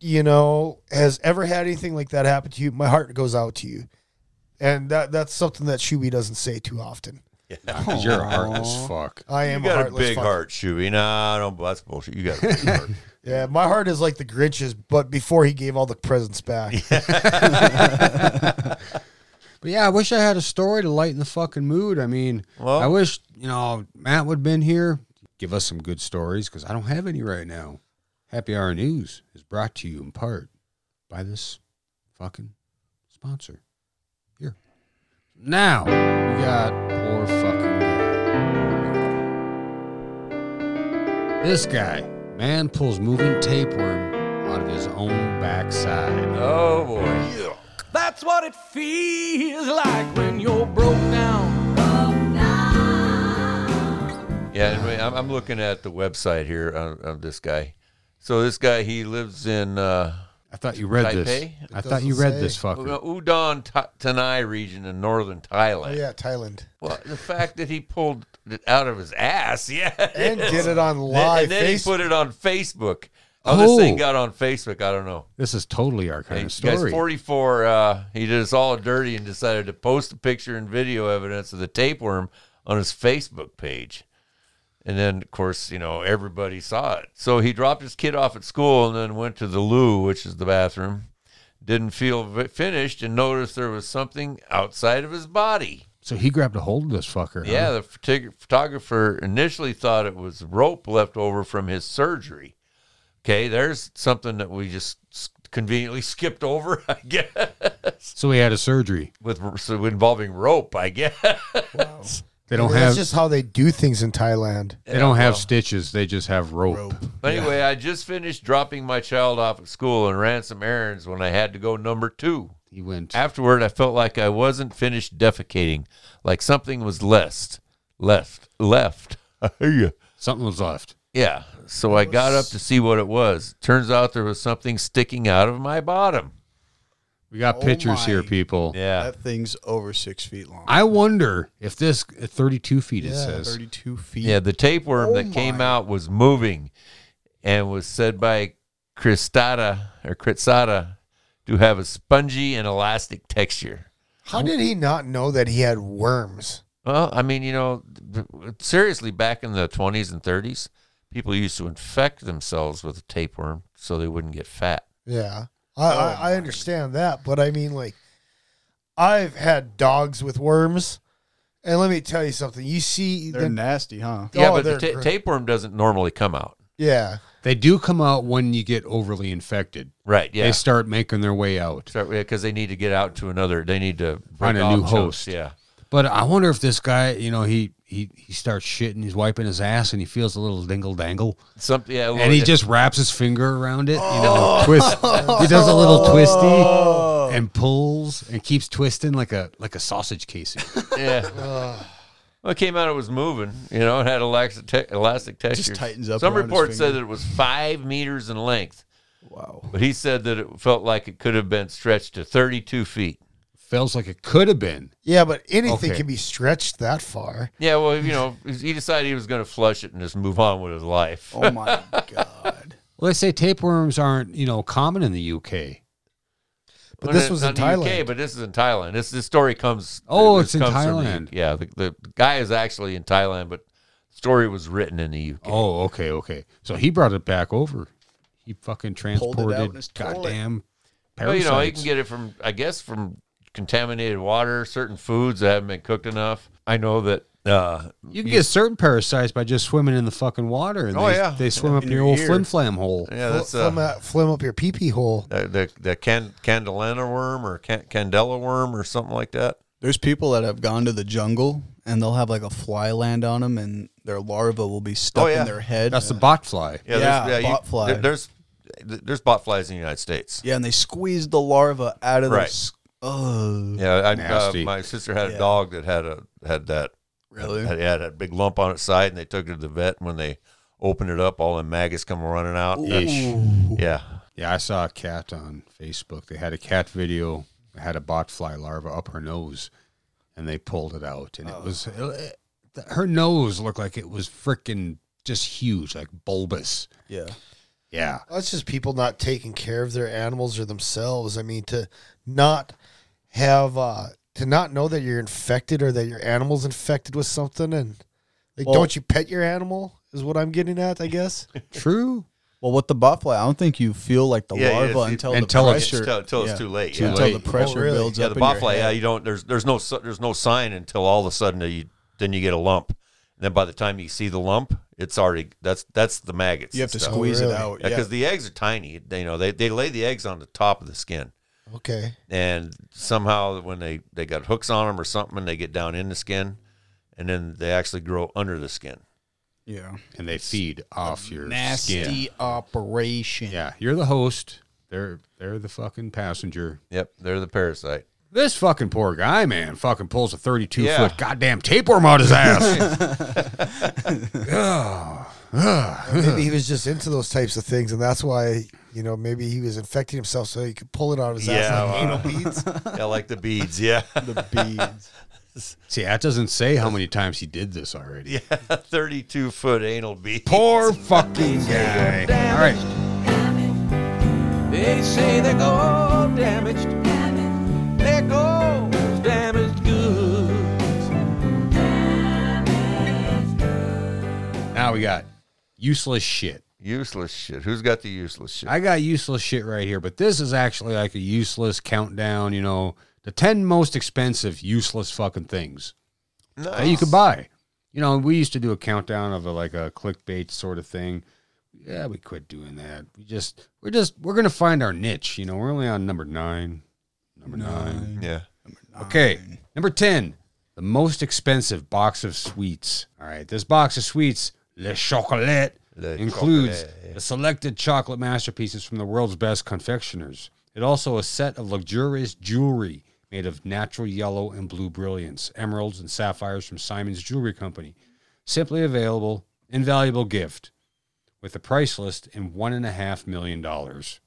S3: you know has ever had anything like that happen to you my heart goes out to you and that that's something that shuby doesn't say too often
S1: Because you're a heartless fuck.
S3: i am
S2: you
S3: a
S2: got a
S3: heartless
S2: big
S3: fuck.
S2: heart, Chewy. Nah, don't. That's bullshit. You got a big heart.
S3: yeah my heart is like the grinch's but before he gave all the presents back
S1: But yeah, I wish I had a story to lighten the fucking mood. I mean,
S2: Well-
S1: I wish you know Matt would have been here. Give us some good stories because I don't have any right now. Happy Hour News is brought to you in part by this fucking sponsor here. Now we got poor fucking guy. This guy, man, pulls moving tapeworm out of his own backside.
S2: oh boy.
S5: That's what it feels like when you're broke down.
S2: Yeah, and wait, I'm, I'm looking at the website here of, of this guy. So this guy, he lives in uh,
S1: I thought you read this.
S2: Taipei?
S1: I thought you read
S3: say.
S1: this fucker.
S2: Udon Ta- Tanai region in northern Thailand.
S3: oh yeah thailand
S2: Well, the fact that he pulled it out of his ass, yeah,
S3: and did it on live
S2: and then he
S3: Facebook.
S2: put it on Facebook. Oh, this thing
S1: Oh.
S2: got on Facebook. I don't know.
S1: This is totally our kind
S2: Hey,
S1: of
S2: Guy's
S1: story.
S2: 44. Uh, he did us all dirty and decided to post a picture and video evidence of the tapeworm on his Facebook page. And then, of course, you know, everybody saw it. So he dropped his kid off at school and then went to the loo, which is the bathroom. Didn't feel v- finished and noticed there was something outside of his body.
S1: so he grabbed a hold of this fucker. huh?
S2: Yeah, the photog- photographer initially thought it was rope left over from his surgery. Okay, there's something that we just s- conveniently skipped over, I guess,
S1: So he had a surgery.
S2: with r- so involving rope, I guess.
S1: They don't
S3: that's
S1: have
S3: just how they do things in thailand
S1: they don't have stitches. They just have rope.
S2: But anyway, I just finished dropping my child off at school and ran some errands when I had to go number two.
S1: He went.
S2: Afterward, I felt like I wasn't finished defecating, like something was left, left, left. I hear you.
S1: Something was left.
S2: Yeah. So I got up to see what it was. Turns out there was something sticking out of my bottom.
S1: We got
S4: Oh
S1: pictures here,
S4: my.
S1: people.
S2: Yeah.
S4: That thing's over six feet long.
S1: I wonder if this at 32 feet. It says.
S4: 32 feet.
S2: Yeah. The tapeworm
S4: Oh
S2: that came
S4: my.
S2: out was moving and was said by Cristata or Critsata to have a spongy and elastic texture.
S3: how did he not know that he had worms
S2: Well, I mean, you know, th- seriously, back in the 20s and 30s, people used to infect themselves with a tapeworm so they wouldn't get fat.
S3: Yeah, I, I, I understand that, but I mean, like, I've had dogs with worms, and let me tell you something. You see,
S4: They're
S3: the-
S4: nasty, huh?
S2: Yeah,
S3: Oh,
S2: but the
S3: they're
S2: ta-
S3: gr-
S2: tapeworm doesn't normally come out.
S3: yeah,
S1: They do come out when you get overly infected.
S2: Right. Yeah.
S1: They start making their way out.
S2: Start because they need to get out to another. They need to
S1: Find
S2: break
S1: a new
S2: off
S1: host.
S2: chunks, Yeah,
S1: But I wonder if this guy, you know, he he he starts shitting. He's wiping his ass, and he feels a little dingle dangle.
S2: something. Oh, Yeah, well,
S1: and he
S2: it-
S1: just wraps his finger around it, you know, twist. He does a little twisty and pulls and keeps twisting like a like a sausage casing.
S2: yeah. well, it came out. It was moving. You know, it had elastic te- elastic texture.
S4: tightens up
S2: Some
S4: around his
S2: reports said
S4: finger.
S2: that it was five meters in length,
S4: Wow.
S2: but he said that it felt like it could have been stretched to thirty-two feet.
S1: feels like it could have been.
S3: Yeah, but anything
S1: Okay.
S3: can be stretched that far.
S2: Yeah, well, you know, he decided he was going to flush it and just move on with his life.
S4: Oh my god!
S1: Well, they say tapeworms aren't you know common in the UK.
S3: But
S2: Well,
S3: this
S2: not-
S3: was
S2: not
S3: in
S2: the
S3: Thailand.
S2: UK, but this is in Thailand. This this story comes.
S1: Oh,
S2: this
S1: it's in
S2: comes from the-
S1: Thailand.
S2: yeah, the, the guy is actually in Thailand, but the story was written in the UK.
S1: Oh, okay, okay. So he brought it back over. He fucking
S4: Pulled it out in
S1: transported
S4: his toilet.
S1: goddamn parasites.
S2: well, you know, you can get it from, I guess, from contaminated water, certain foods that haven't been cooked enough. I know that. Uh,
S1: You can get certain parasites by just swimming in the fucking water, and
S2: Oh,
S1: they,
S2: yeah.
S1: they swim up in your
S4: your
S1: old
S4: ear.
S1: flim flam hole.
S2: yeah,
S3: Fl-
S2: that's
S3: flim,
S2: uh,
S3: out- flim up your pee pee hole.
S2: the the, the can, candelana worm or can, candela worm or something like that.
S4: There's people that have gone to the jungle and they'll have like a fly land on them, and their larva will be stuck
S2: Oh, yeah.
S4: in their head.
S1: That's the bot fly.
S2: Yeah,
S4: Yeah,
S2: there's, yeah
S4: bot fly.
S2: there- there's there's bot flies in the United States.
S4: yeah, and they squeeze the larva out of
S2: Right.
S4: this. Oh,
S2: Yeah, I, uh,
S1: Nasty.
S2: my sister had a
S4: Yeah.
S2: dog that had a had that
S4: really?
S2: had, had a big lump on its side, and they took it to the vet. And when they opened it up, all the maggots come running out.
S4: Ooh.
S2: Yeah,
S1: Yeah, I saw a cat on Facebook. They had a cat video. that had a botfly larva up her nose, and they pulled it out, and it was it- it- her nose looked like it was freaking just huge, like bulbous.
S4: Yeah.
S1: Yeah,
S3: That's just people not taking care of their animals or themselves. I mean, to not have uh, to not know that you're infected or that your animal's infected with something, and like,
S4: Well-
S3: don't you pet your animal? Is what I'm getting at, I guess.
S1: true.
S4: Well, with the botfly, I don't think you feel like the
S2: Yeah, yeah,
S4: larva
S2: it's-
S4: until the
S1: until it's-
S4: pressure
S2: until, until
S4: yeah.
S2: it's too late.
S4: Until
S1: late.
S2: Yeah,
S4: the pressure
S3: Oh, really?
S4: builds
S2: yeah
S4: up.
S2: the
S4: in your
S2: bot fly. Yeah,
S4: head.
S2: you don't. There's there's no si- there's no sign until all of a sudden you then you get a lump. And then by the time you see the lump, it's already that's that's the maggots.
S4: You have
S2: and
S4: to
S2: stuff.
S4: squeeze
S3: really?
S4: it out.
S2: Yeah,
S4: Yeah,
S2: because the eggs are tiny. They, you know, they, they lay the eggs on the top of the skin.
S3: Okay,
S2: and somehow when they they got hooks on them or something and they get down in the skin and then they actually grow under the skin
S4: yeah.
S1: And they feed off your
S4: nasty
S1: skin.
S4: operation.
S1: Yeah, you're the host. They're they're the fucking passenger.
S2: yep they're the parasite
S1: This fucking poor guy, man, fucking pulls a 32
S2: Yeah.
S1: foot goddamn tapeworm out his ass.
S3: maybe he was just into those types of things, and that's why you know maybe he was infecting himself so he could pull it out of his
S2: Yeah,
S3: ass like anal beads.
S2: yeah like the beads yeah
S4: The beads.
S1: See, that doesn't say how many times he did this already.
S2: yeah 32 foot anal bead
S1: Poor fucking guy. All right.
S5: They say they go damaged. There goes damaged goods.
S1: Now we got useless shit.
S2: useless shit who's got the useless shit
S1: I got useless shit right here, but this is actually like a useless countdown, you know, the 10 most expensive useless fucking things
S2: nice.
S1: that you could buy. You know, we used to do a countdown of a, like a clickbait sort of thing. Yeah, we quit doing that. We just, we're just, we're going to find our niche. You know, we're only on number nine. Number nine.
S2: yeah
S1: Okay. Number 10, the most expensive box of sweets. All right. This box of sweets, Le Chocolat,
S2: Le
S1: includes
S2: Chocolat.
S1: the selected chocolate masterpieces from the world's best confectioners. It also a set of luxurious jewelry made of natural yellow and blue brilliants, emeralds and sapphires from Simon's Jewelry Company. Simply available, invaluable gift with a price list in one and a half million dollars.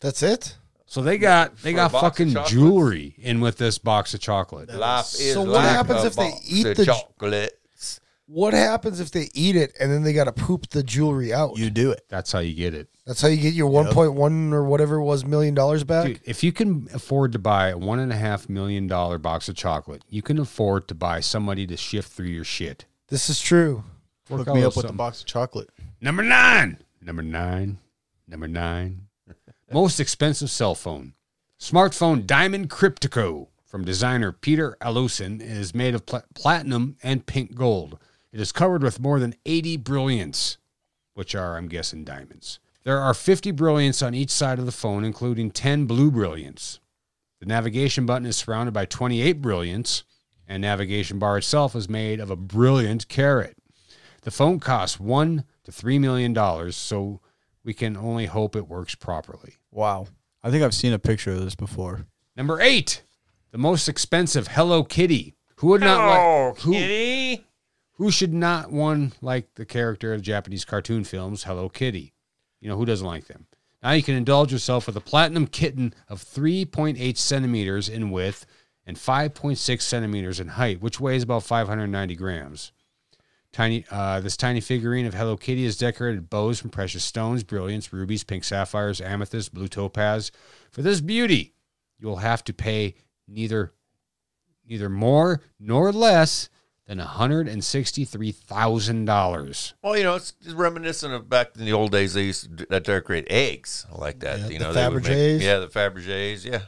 S3: That's it.
S1: So they got they
S2: For a
S1: got
S2: box of
S1: fucking
S2: chocolates?
S1: jewelry in with this box of chocolate.
S2: life is
S3: So what
S2: like
S3: happens
S2: a
S3: if they
S2: box
S3: eat
S2: of
S3: the-
S2: chocolates
S3: What happens if they eat it and then they got to poop the jewelry out?
S4: You do it.
S1: That's how you get it.
S3: That's how you get your 1.1 or whatever it was million dollars back.
S1: Dude, if you can afford to buy a one and a half million dollar box of chocolate, you can afford to buy somebody to shift through your shit.
S3: This is true.
S1: Work
S4: Hook
S1: out
S4: me up with the
S1: something.
S4: box of chocolate.
S1: Number nine. Number nine. Number nine. Most expensive cell phone. Smartphone Diamond Cryptico from designer Peter Alusin is made of pla- platinum and pink gold. It is covered with more than 80 brilliants, which are, I'm guessing, diamonds. There are 50 brilliants on each side of the phone, including 10 blue brilliants. The navigation button is surrounded by 28 brilliants, and navigation bar itself is made of a brilliant carrot. The phone costs one to three million dollars, so we can only hope it works properly.
S4: Wow. I think I've seen a picture of this before.
S1: Number eight, the most expensive Hello Kitty. Who would not like who,
S2: kitty
S1: who should not one like the character of Japanese cartoon films, Hello Kitty? You know, who doesn't like them? Now you can indulge yourself with a platinum kitten of 3.8 centimeters in width and 5.6 centimeters in height, which weighs about 590 grams. Tiny, uh, this tiny figurine of Hello Kitty is decorated with bows from precious stones, brilliants, rubies, pink sapphires, amethyst, blue topaz. For this beauty, you will have to pay neither neither more nor less than $163,000.
S2: Well, you know, it's just reminiscent of back in the old days. They used to d- that decorate eggs like that.
S4: Yeah,
S2: you
S4: the
S2: know, they would make-
S4: Fabergés.
S2: yeah, the Fabergés. Yeah,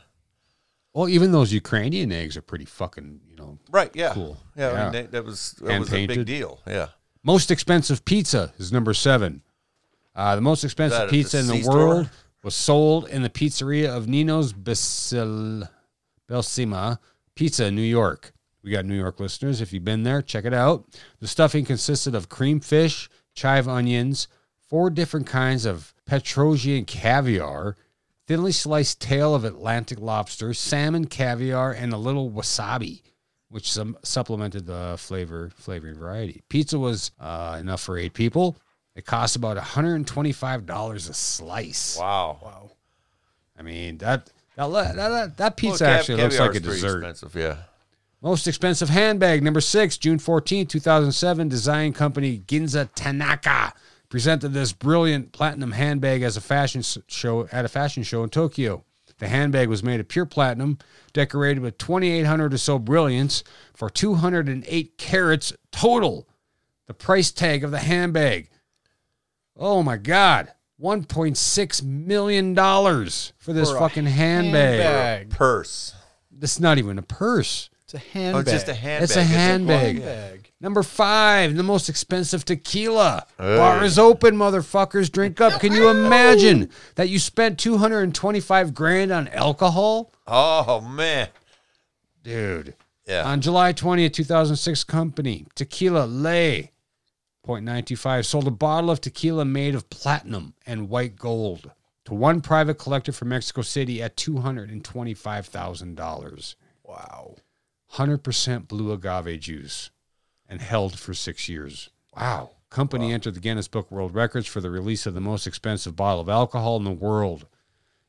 S1: Well, even those Ukrainian eggs are pretty fucking, you know,
S2: right. Yeah,
S1: Cool.
S2: Yeah, I
S1: Yeah.
S2: mean, that, that was that was a
S1: Hand-painted.
S2: big deal. Yeah,
S1: Most expensive pizza is number seven. Uh, the most
S2: That at
S1: expensive
S2: the
S1: pizza in the
S2: C-store?
S1: world was sold in the pizzeria of Nino's Bessel, Belsima Pizza in New York. We got New York listeners. If you've been there, check it out. The stuffing consisted of cream fish, chive onions, four different kinds of Petrosian caviar, thinly sliced tail of Atlantic lobster, salmon caviar, and a little wasabi which some supplemented the flavor flavoring variety. Pizza was uh, enough for eight people. It cost about $125 a slice.
S2: wow. Wow.
S1: I mean that that le- that, that, that pizza actually looks like a dessert.
S2: Expensive. Yeah,
S1: Most expensive handbag number six, June 14, 2007. Design company Ginza Tanaka presented this brilliant platinum handbag as a fashion s- show at a fashion show in Tokyo. The handbag was made of pure platinum, decorated with 2,800 or so brilliants for 208 carats total. The price tag of the handbag, oh my god, 1.6 million dollars for this
S4: For a
S1: fucking handbag.
S4: handbag.
S2: purse.
S1: That's not even a purse.
S4: It's a
S2: Oh,
S4: handbag.
S2: it's just a handbag.
S1: It's a handbag.
S4: handbag.
S1: Number five, the most expensive tequila.
S2: Hey.
S1: Bar is open, motherfuckers. Drink up. Can you imagine that you spent 225 grand on alcohol?
S2: Oh man.
S1: Dude.
S2: Yeah.
S1: On July 20th, 2006, company Tequila Lay 0.925 sold a bottle of tequila made of platinum and white gold to one private collector from Mexico City at $225,000.
S4: Wow.
S1: 100% blue agave juice and held for six years. Wow. Company entered the Guinness Book World Records for the release of the most expensive bottle of alcohol in the world.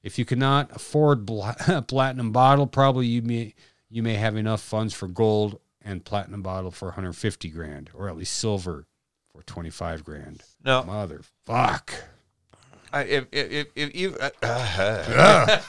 S1: If you cannot afford bla- a platinum bottle, probably you may you may have enough funds for gold and platinum bottle for 150 grand, or at least silver for 25 grand.
S2: No,
S1: Motherfuck.
S2: I, if, if, if, if you, uh,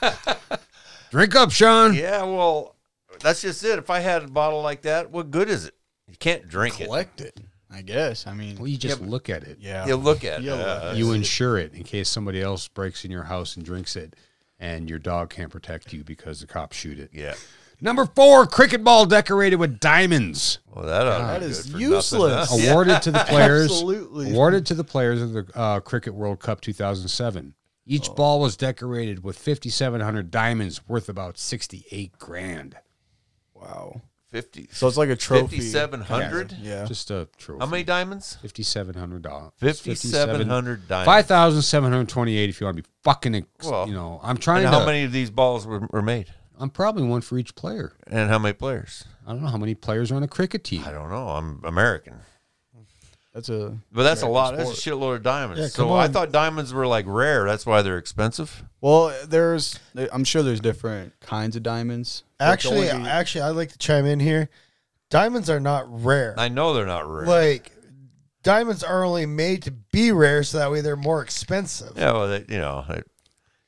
S1: Drink up, Sean.
S2: yeah, well, that's just it. If I had a bottle like that, what good is it? You can't drink it.
S4: Collect it. I guess. I mean,
S1: Well, you just look at it.
S4: yeah.
S2: You look at it.
S4: You look
S2: Uh,
S4: at it.
S1: you insure it in case somebody else breaks in your house and drinks it and your dog can't protect you because the cops shoot it.
S2: Yeah.
S1: Number four, cricket ball decorated with diamonds.
S2: Well, that, oughta
S4: That
S2: be
S4: is
S2: good for
S4: useless.
S2: Nothing, huh? Yeah.
S1: Awarded to the players.
S4: Absolutely.
S1: Awarded to the players of the uh, Cricket World Cup 2007. Each
S3: Oh.
S1: ball was decorated with 5,700 diamonds worth about 68 grand.
S4: Wow.
S2: 50,
S4: So it's like a trophy.
S2: 5,700?
S4: Yeah.
S1: Just a trophy.
S2: How many diamonds?
S1: $5,700.
S2: 5,700 diamonds.
S1: 5,728 if you want to be fucking, ex-
S2: Well,
S1: you know, I'm trying
S2: And
S1: to.
S2: how many of these balls were, were made?
S1: I'm probably one for each player.
S2: And how many players?
S1: I don't know how many players are on a cricket team.
S2: I don't know. I'm American.
S4: That's a.
S2: But that's a lot. That's a shitload of diamonds.
S4: Yeah,
S2: so
S4: come
S2: I
S4: on.
S2: thought diamonds were like rare. That's why they're expensive.
S4: Well, there's. I'm sure there's different kinds of diamonds.
S3: Actually,
S4: Like the only-
S3: actually, I'd like to chime in here. Diamonds are not rare.
S2: I know they're not rare.
S3: Like diamonds are only made to be rare, so that way they're more expensive.
S2: yeah, well, they, you know, it,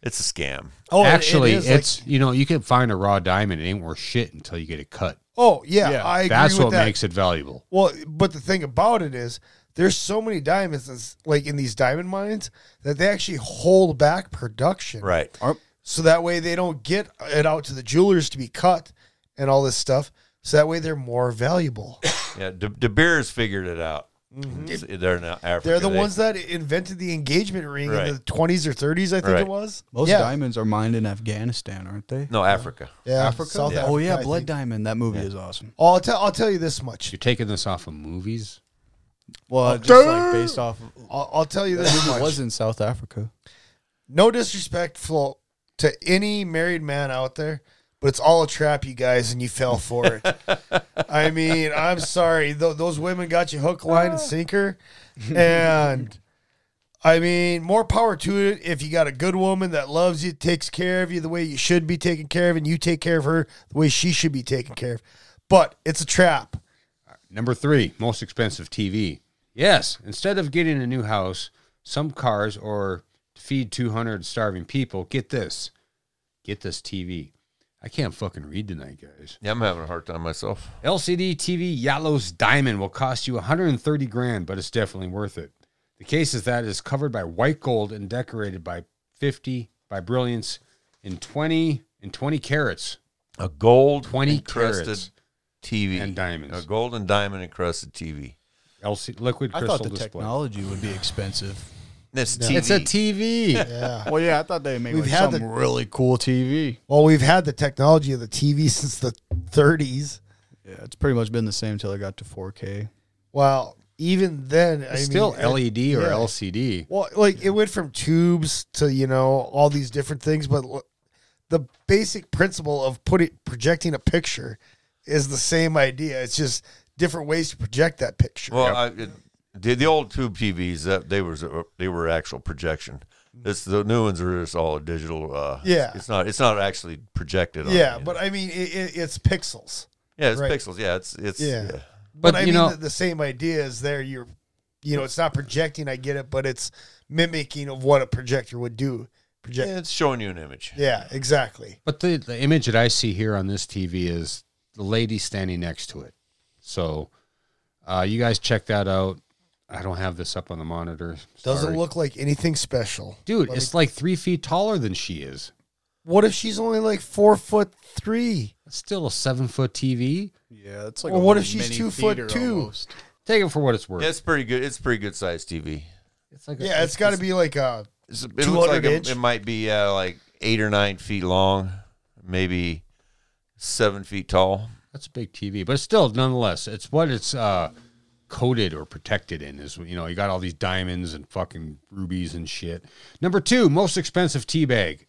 S2: it's a scam.
S3: Oh, it- it
S1: Actually,
S3: is, like-
S1: it's you know you can find a raw diamond. It ain't worth shit until you get it cut.
S3: oh yeah,
S4: Yeah,
S3: I agree
S1: That's
S3: with
S1: what
S3: that.
S1: makes it valuable.
S3: Well, but the thing about it is, there's so many diamonds that's, like in these diamond mines that they actually hold back production,
S2: Right.
S4: Aren't-
S3: So that way they don't get it out to the jewelers to be cut and all this stuff. So that way they're more valuable.
S2: Yeah. De, De Beers figured it out. It's- They're now Africa.
S3: Mm-hmm. They're the
S2: They-
S3: ones that invented the engagement ring
S2: Right.
S3: in the 20s or 30s, I think
S2: Right.
S3: it was.
S4: most
S3: yeah.
S4: diamonds are mined in Afghanistan, aren't they?
S2: No, Africa.
S3: Yeah,
S4: Africa?
S3: South
S4: Yeah.
S3: Africa.
S4: oh yeah,
S3: I
S4: Blood
S3: think.
S4: Diamond. That movie is awesome.
S3: Oh, I'll tell I'll tell you this much.
S1: You're taking this off of movies.
S4: Well, just like based off. Of,
S3: I'll, I'll tell you this
S4: it
S3: much.
S4: was in South Africa.
S3: no disrespectful to any married man out there, but it's all a trap, you guys, and you fell for it. I mean, I'm sorry. Tho- those women got you hook, line, and sinker. And I mean, more power to it if you got a good woman that loves you, takes care of you the way you should be taken care of, and you take care of her the way she should be taken care of. But it's a trap.
S1: Number three, most expensive TV. Yes, instead of getting a new house, some cars or to feed 200 starving people, get this. Get this TV. I can't fucking read tonight, guys.
S2: Yeah, I'm having a hard time myself.
S1: LCD TV Yellow's Diamond will cost you 130 grand, but it's definitely worth it. The case is that it is covered by white gold and decorated by 50 by brilliance in 20 in 20 carats
S2: A gold
S1: 20
S2: encrusted
S1: carats
S2: TV
S1: and diamonds.
S2: A gold and diamond encrusted TV.
S1: LC liquid
S4: I
S1: crystal
S4: thought the
S1: display.
S4: technology would be expensive.
S2: This TV.
S1: It's a TV.
S3: Yeah.
S4: Well, yeah, I thought they made
S3: We've
S4: like,
S3: had
S4: some
S3: the-
S4: really cool TV.
S3: Well, we've had the technology of the TV since the 30s.
S4: Yeah, it's pretty much been the same till I got to 4K.
S3: Well, even then, I
S1: It's
S3: mean,
S1: still E
S3: I-
S1: LED or
S3: yeah.
S1: LCD.
S3: Well, like it went from tubes to you know all these different things, but l- the basic principle of putting projecting a picture is the same idea. It's just different ways to project that picture.
S2: Well, I, it, the, the old tube TVs that they was they were actual projection. This the new ones are just all digital. Uh,
S3: Mm. Yeah.
S2: it's not it's not actually projected. On,
S3: yeah,
S2: you
S3: but
S2: know.
S3: I mean it, it, it's pixels.
S2: yeah, it's
S3: right.
S2: pixels. Yeah, it's it's
S3: Yeah.
S2: yeah.
S1: But,
S3: But, I
S1: you
S3: mean
S1: know-
S3: the, the same idea is there. You're, you know, it's not projecting. I get it, but it's mimicking of what a projector would do. Project.
S2: Yeah, it's showing you an image.
S3: yeah exactly.
S1: But the, the image that I see here on this TV is the lady standing next to it. So uh, you guys check that out. I don't have this up on the monitor.
S3: Doesn't
S1: Sorry.
S3: look like anything special.
S1: Dude, it's like three feet taller than she is.
S3: What if she's only like four foot three?
S1: It's still a seven foot TV.
S4: Yeah, it's like.
S3: Well,
S4: a
S3: what
S4: little
S3: if she's
S4: mini
S3: two foot
S4: theater
S3: two?
S4: almost.
S1: Take it for what it's worth.
S2: Yeah, it's pretty good. It's pretty good sized TV.
S1: It's like a-
S3: Yeah, it's got to be like a
S2: It's, it looks like
S3: 200
S2: it,
S3: inch?
S2: it might be uh, like eight or nine feet long, maybe seven feet tall.
S1: that's a big TV, but still, nonetheless, it's what it's uh, coated or protected in. Is you know you got all these diamonds and fucking rubies and shit. Number two, most expensive tea bag.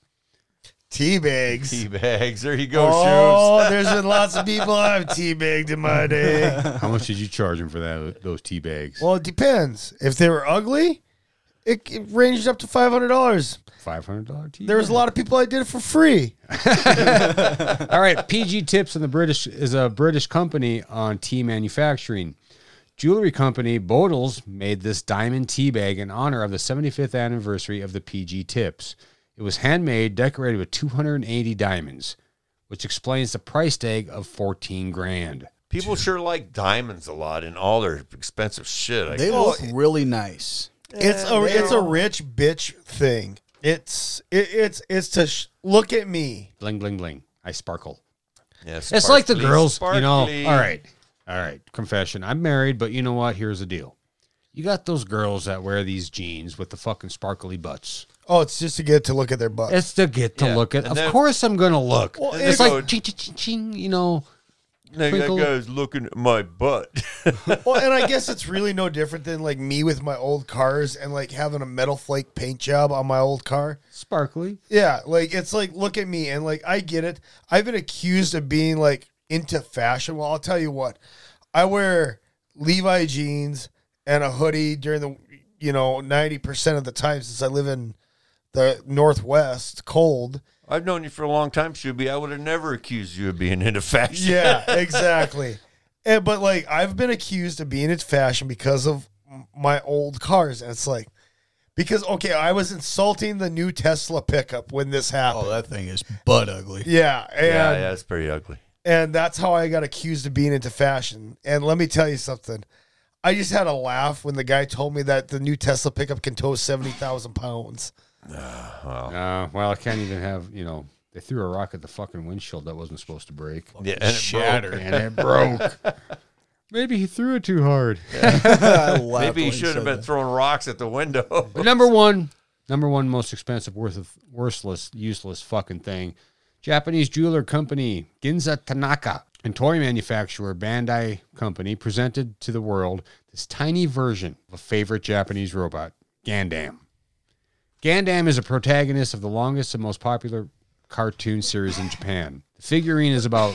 S3: tea bags.
S2: Tea bags. There you go, shoes.
S3: oh, there's been lots of people I've tea bagged in my day.
S1: How much did you charge him for that? Those tea bags.
S3: Well, it depends. If they were ugly, it, it ranged up to five hundred dollars.
S1: Five hundred dollar tea.
S3: There was a lot of people I did it for free.
S1: All right, PG Tips and the British is a British company on tea manufacturing. Jewelry company Bodles made this diamond tea bag in honor of the 75th anniversary of the PG Tips. It was handmade, decorated with 280 diamonds, which explains the price tag of 14 grand.
S2: People sure like diamonds a lot in all their expensive shit. I
S4: They
S2: guess.
S4: look really nice.
S3: It's a it's a rich bitch thing. It's it, it's it's to sh- look at me.
S1: Bling bling bling. I sparkle.
S2: Yeah,
S1: It's like the
S2: sparkly,
S1: girls, you know.
S2: sparkly.
S1: All right, all right. Confession: I'm married, but you know what? Here's the deal. You got those girls that wear these jeans with the fucking sparkly butts.
S3: Oh, it's just to get to look at their butt.
S1: It's to get to
S2: Yeah,
S1: look at.
S2: and
S1: Of
S2: then-
S1: course, I'm gonna look.
S2: Well,
S1: it's
S2: it-
S1: like ching, ching, ching, ching, you know.
S2: Now
S1: Twinkle.
S2: that guy's looking at my butt.
S3: well, and I guess it's really no different than like me with my old cars and like having a metal flake paint job on my old car.
S1: Sparkly.
S3: Yeah, like it's like look at me and like I get it. I've been accused of being like into fashion. Well, I'll tell you what. I wear Levi jeans and a hoodie during the you know 90% of the time since I live in the northwest cold.
S2: I've known you for a long time, Shuby. I would have never accused you of being into fashion.
S3: Yeah, exactly. And, but like I've been accused of being into fashion because of m- my old cars and it's like because okay, I was insulting the new Tesla pickup when this happened.
S4: Oh, that thing is butt ugly.
S3: yeah, and
S2: yeah, yeah, it's pretty ugly.
S3: And that's how I got accused of being into fashion. And let me tell you something. I just had a laugh when the guy told me that the new Tesla pickup can tow 70,000 pounds.
S2: Oh.
S1: Uh, well, I can't even have you know. They threw a rock at the fucking windshield that wasn't supposed to break,
S2: Yeah, and it broke.
S1: and it broke. Maybe he threw it too hard.
S4: I laughed
S2: Maybe you
S4: when he
S2: should have
S4: said
S2: been
S4: that.
S2: throwing rocks at the window.
S1: But number one, number one most expensive, worth of, worthless, useless fucking thing. Japanese jeweler company Ginza Tanaka and toy manufacturer Bandai Company presented to the world this tiny version of a favorite Japanese robot, Gandam. Gandam is a protagonist of the longest and most popular cartoon series in Japan. The figurine is about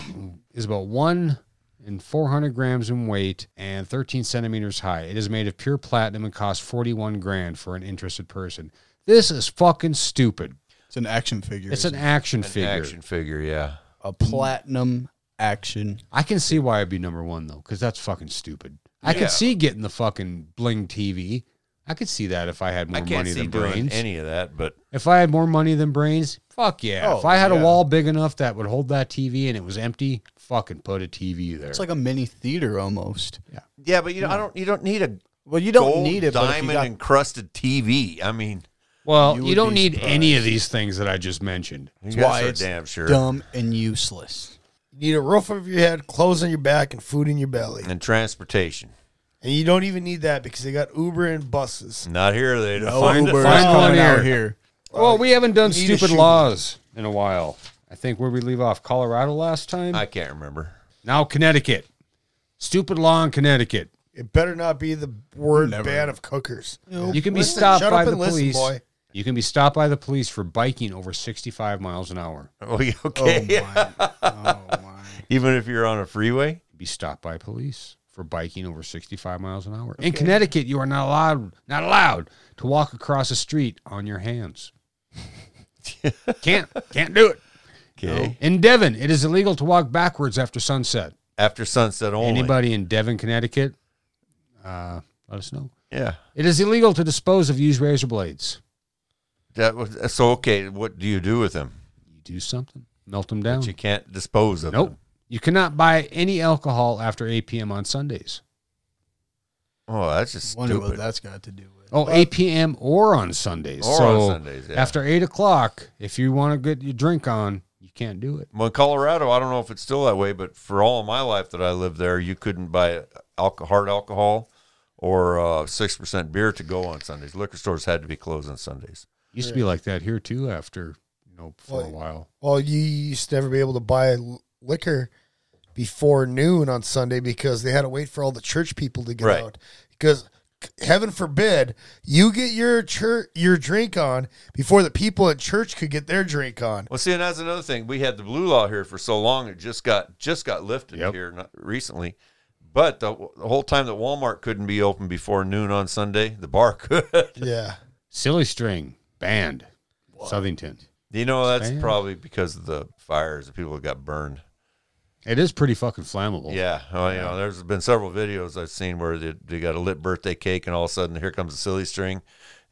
S1: is about one and 400 grams in weight and 13 centimeters high. It is made of pure platinum and costs 41 grand for an interested person. This is fucking stupid.
S4: It's an action figure.
S1: It's an
S4: isn't it?
S1: action
S2: An
S1: figure.
S2: action figure, yeah.
S4: a platinum action.
S1: I can see why it'd be number one though, because that's fucking stupid. I
S2: Yeah.
S1: could see getting the fucking bling TV. I could see that if I had more
S2: I can't
S1: money
S2: see
S1: than
S2: doing
S1: brains.
S2: any of that, but
S1: if I had more money than brains, fuck yeah.
S4: Oh,
S1: if I had a
S4: yeah.
S1: wall big enough that would hold that TV and it was empty, fucking put a TV there.
S4: It's like a mini theater almost. Yeah.
S2: yeah, but you know, I don't. You don't need a
S4: Well, you Hmm. don't
S2: gold
S4: need it, but if
S2: diamond
S4: you got
S2: encrusted TV. I mean,
S1: well,
S4: you
S1: you,
S4: would
S1: don't
S4: be
S1: need any of these things that I just mentioned.
S2: that's
S4: why
S2: for
S4: it's
S2: damn sure.
S4: dumb and useless.
S3: You need a roof over your head, clothes on your back, and food in your belly.
S2: And transportation.
S3: And you don't even need that because they got Uber and buses.
S2: Not here. They don't.
S4: No
S2: Find
S4: Oh, Uber
S2: it.
S4: is
S1: find one
S4: coming
S1: here.
S4: out here.
S1: Well, we haven't done
S3: you need a
S1: stupid
S3: shoe.
S1: laws in a while. I think where we leave off, Colorado last time.
S2: I can't remember.
S1: now Connecticut. Stupid law in Connecticut.
S3: It better not be the word
S4: Never.
S3: ban of cookers.
S1: You can be
S3: Oh, Listen,
S1: stopped
S3: shut
S1: by
S3: up
S1: the
S3: and listen,
S1: police.
S3: boy.
S1: You can be stopped by the police for biking over 65 miles an hour.
S2: Oh, yeah,
S4: Oh
S2: okay.
S4: my. oh my.
S2: Even if you're on a freeway.
S1: Be stopped by police for biking over 65 miles an hour. In Connecticut, you are not allowed not allowed to walk across a street on your hands. can't can't do it.
S2: Okay.
S1: In Devon, it is illegal to walk backwards after sunset.
S2: After sunset only.
S1: Anybody in Devon, Connecticut, uh, let us know.
S2: Yeah.
S1: It is illegal to dispose of used razor blades.
S2: That was so okay. What do you do with them?
S1: You do something, melt them down.
S2: But you can't dispose of
S1: Nope.
S2: them.
S1: You cannot buy any alcohol after 8 p.m. on Sundays.
S2: Oh, that's just
S4: Wonder
S2: stupid.
S4: what that's got to do with.
S1: Oh, 8 p.m. or on Sundays.
S2: Or
S1: so
S2: on Sundays, yeah.
S1: After 8 o'clock, if you want to get your drink on, you can't do it.
S2: Well, in Colorado, I don't know if it's still that way, but for all of my life that I lived there, you couldn't buy alcohol, hard alcohol or uh, six percent beer to go on Sundays. Liquor stores had to be closed on Sundays.
S1: Used to be like that here too after, you know, for a
S3: Well,
S1: while.
S3: Well, you used to never be able to buy l- liquor before noon on Sunday because they had to wait for all the church people to get
S2: Right.
S3: out. Because c- heaven forbid you get your church your drink on before the people at church could get their drink on.
S2: Well, see, and that's another thing. We had the blue law here for so long; it just got just got lifted
S1: Yep.
S2: here not recently. But the, the whole time that Walmart couldn't be open before noon on Sunday, the bar could.
S3: Yeah.
S1: Silly String, banned. Southington.
S2: you know, that's
S1: Damn.
S2: probably because of the fires, the people that got burned.
S1: It is pretty fucking flammable.
S2: Yeah, well, you know, there's been several videos I've seen where they, they got a lit birthday cake, and all of a sudden, here comes a silly string,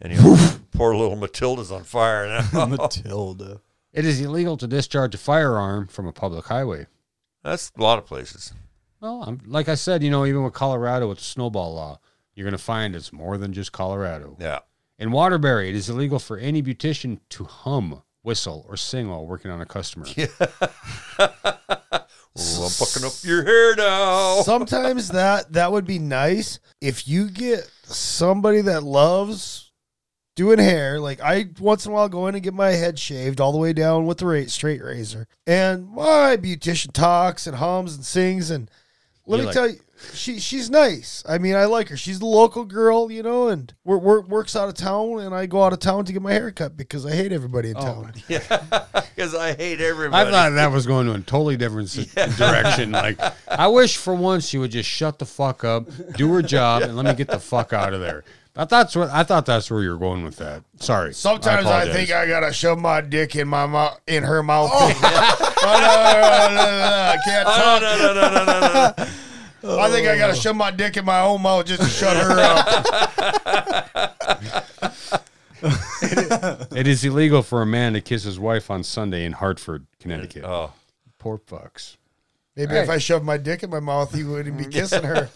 S2: and you know, poor little Matilda's on fire. And
S4: Matilda.
S1: It is illegal to discharge a firearm from a public highway.
S2: that's a lot of places.
S1: Well, I'm, like I said, you know, even with Colorado with the snowball law, you're going to find it's more than just Colorado.
S2: Yeah,
S1: In Waterbury, it is illegal for any beautician to hum, whistle, or sing while working on a customer.
S2: Ooh, I'm fucking up your hair now.
S3: Sometimes that that would be nice if you get somebody that loves doing hair. Like I once in a while go in and get my head shaved all the way down with the ra- straight razor, and my beautician talks and hums and sings. And let
S1: You
S3: me
S1: like-
S3: tell you, she she's nice. I mean, I like her. She's the local girl, you know, and we're, we're, works out of town, and I go out of town to get my hair cut because I hate everybody in town.
S2: Because I hate everybody.
S1: I thought that was going to a totally different s- direction. Like, I wish for once she would just shut the fuck up, do her job, and let me get the fuck out of there. I thought that's what I thought that's where you were going with that. Sorry.
S3: Sometimes I,
S1: apologize.
S3: think I gotta shove my dick in my mouth in her mouth. Oh, no, no, no, no, no, uh, I can't
S2: Oh,
S3: talk.
S2: no, no, no, no, no, no, no.
S3: I think I gotta shove my dick in my own mouth just to shut her up.
S1: it is illegal for a man to kiss his wife on Sunday in Hartford, Connecticut.
S2: Oh,
S1: Poor fucks.
S3: Maybe if I shoved my dick in my mouth, he wouldn't be kissing her.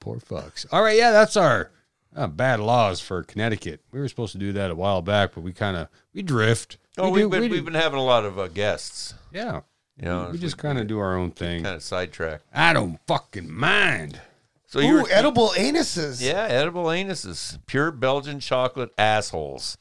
S1: Poor fucks. All right, yeah, that's our uh, bad laws for Connecticut. We were supposed to do that a while back, but we kind of we drift. we
S2: oh we
S1: do-
S2: have been,
S1: we do-
S2: we have been having a lot of uh, guests.
S1: yeah.
S2: You know,
S1: we just kind of do our own thing.
S2: kind of sidetracked.
S1: I don't fucking mind.
S2: So you
S3: Ooh,
S2: were,
S3: edible anuses.
S2: yeah, edible anuses, pure Belgian chocolate assholes.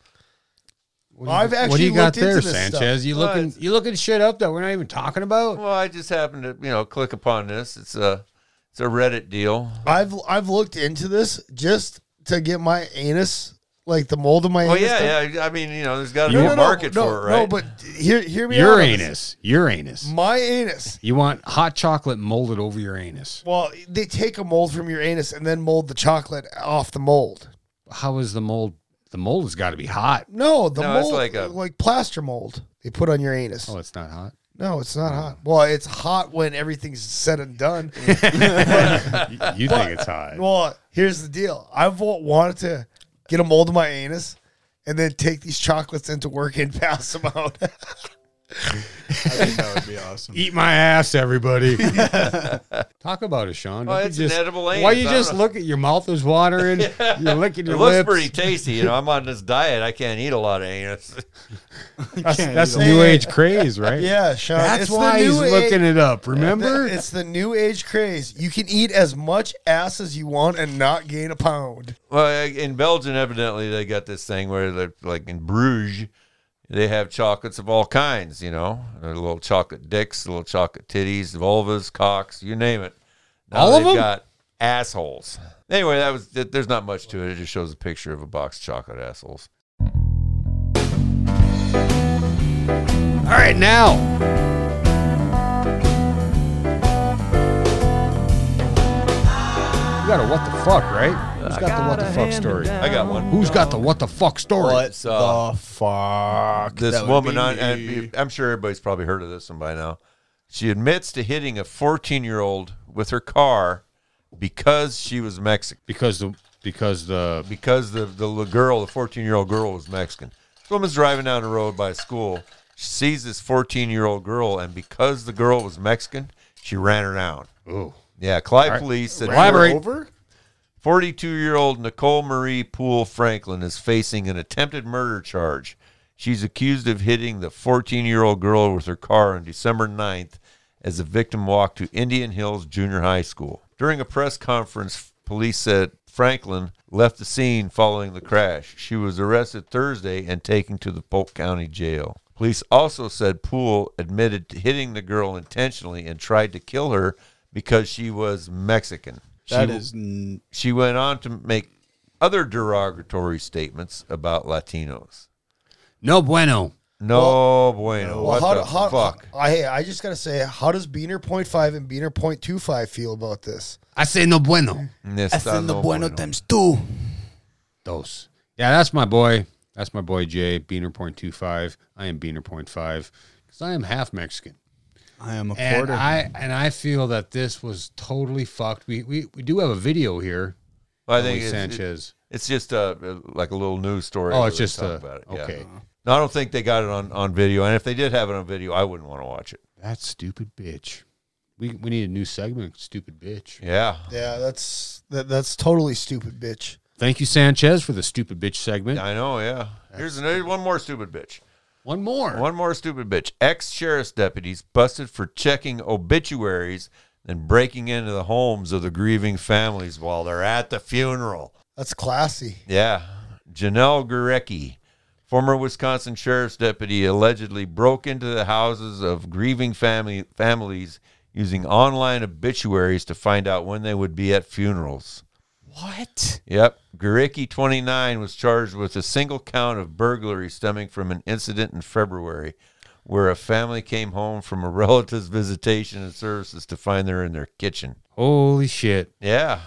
S1: What do
S3: I've
S1: you- what
S3: actually
S1: do you got
S3: looked into
S1: there,
S3: this
S1: Sanchez?
S3: stuff.
S1: You
S2: Well,
S1: looking
S2: it's-
S1: you looking shit up that we're not even talking about?
S2: Well, I just happened to you know click upon this. It's a it's a Reddit deal.
S3: I've I've looked into this just to get my anus like the mold of my
S2: Well,
S3: anus stuff?
S2: Oh, yeah, yeah. I mean, you know, there's got to
S1: You-
S2: be
S1: No,
S2: a
S1: no,
S2: market
S3: no,
S2: for it, right?
S3: No, but hear, hear me out.
S1: Your
S3: on this.
S1: anus. Your anus.
S3: My anus.
S1: You want hot chocolate molded over your anus.
S3: Well, they take a mold from your anus and then mold the chocolate off the mold.
S1: How is the mold? The mold has got to be hot.
S3: No, the
S2: No, it's
S3: mold
S2: like
S3: like,
S2: a-
S3: plaster mold they put on your anus.
S1: Oh, it's not hot.
S3: No, it's not hot. Well, it's hot when everything's said and done.
S1: You, you think it's hot?
S3: well, here's the deal. I've wa- wanted to get a mold of my anus and then take these chocolates into work and pass them out.
S4: I think that would be awesome.
S1: Eat my ass, everybody. Talk about it, Sean.
S2: Well,
S1: Don't you
S2: it's an edible
S1: Why
S2: anus.
S1: you
S2: I don't
S1: just
S2: know.
S1: look at your mouth is watering? You're licking
S2: it
S1: your
S2: looks
S1: lips.
S2: pretty tasty. You know, I'm on this diet. I can't eat a lot of anus.
S1: That's,
S4: can't
S1: that's
S4: eat
S1: the
S4: all
S1: new
S3: that.
S1: age craze, right?
S3: yeah, Sean.
S1: That's
S3: it's the
S1: why he's
S3: new
S1: looking
S3: age-
S1: it up. Remember?
S3: It's the new age craze. You can eat as much ass as you want and not gain a pound.
S2: Well, in Belgium, evidently they got this thing where they're like in Bruges, they have chocolates of all kinds. You know, There are little chocolate dicks, little chocolate titties, vulvas, cocks, you name it. Now
S1: All of
S2: they've
S1: them?
S2: got assholes. Anyway, that was. th- There's not much to it. It just shows a picture of a box of chocolate assholes.
S1: All right, now. You got a what the fuck, right? Who's got the what the fuck story?
S2: I got one.
S1: Who's got the what the fuck story?
S4: What
S2: So-
S4: the fuck?
S2: This
S4: That would
S2: woman,
S4: be
S2: on,
S4: me.
S2: and I'm sure everybody's probably heard of this one by now. She admits to hitting a 14 year old with her car because she was Mexican.
S1: Because the because the
S2: because the the little girl, the 14 year old girl, was Mexican. This woman's driving down the road by a school. She sees this 14 year old girl, and because the girl was Mexican, she ran her down.
S1: ooh.
S2: Yeah, Clyde police said
S1: Elaborate.
S2: 42 year old Nicole Marie Poole Franklin is facing an attempted murder charge. She's accused of hitting the 14 year old girl with her car on December 9th as the victim walked to Indian Hills Junior High School. During a press conference, police said Franklin left the scene following the crash. She was arrested Thursday and taken to the Polk County Jail. Police also said Poole admitted to hitting the girl intentionally and tried to kill her because she was Mexican.
S4: That
S2: She-
S4: is n-
S2: she went on to make other derogatory statements about Latinos.
S1: No bueno.
S2: No bueno.
S3: Well,
S2: what
S3: how,
S2: the
S3: do- how,
S2: fuck?
S3: I, hey, I just gotta say, how does Beaner point five and Beaner point two five feel about this?
S1: I say no bueno.
S2: Nesta no bueno.
S4: two.
S1: Dos. Yeah, that's my boy. That's my boy Jay, Beaner point two five. I am Beaner point five. Because I am half Mexican.
S4: I am a
S1: And
S4: quarter.
S1: I and I feel that this was totally fucked. We we, we do have a video here.
S2: I
S1: Ellie
S2: think it's,
S1: Sanchez.
S2: it's just uh, like a little news story.
S1: oh,
S2: where
S1: it's
S2: they
S1: just
S2: talk
S1: a,
S2: yeah.
S1: okay.
S2: No, I don't think they got it on, on video. And if they did have it on video, I wouldn't want to watch it.
S1: That stupid bitch. We we need a new segment. Stupid bitch.
S2: Yeah.
S3: Yeah, that's that, that's totally stupid, bitch.
S1: Thank you, Sanchez, for the stupid bitch segment.
S2: I know. Yeah. Here's another one more stupid bitch.
S1: One more.
S2: One more stupid bitch. Ex sheriff's deputies busted for checking obituaries and breaking into the homes of the grieving families while they're at the funeral.
S3: That's classy.
S2: Yeah. Janelle Gurecki, former Wisconsin sheriff's deputy, allegedly broke into the houses of grieving family families using online obituaries to find out when they would be at funerals.
S4: what?
S2: Yep. Gurecki, 29, was charged with a single count of burglary stemming from an incident in February where a family came home from a relative's visitation and services to find her in their kitchen.
S1: Holy shit.
S2: Yeah.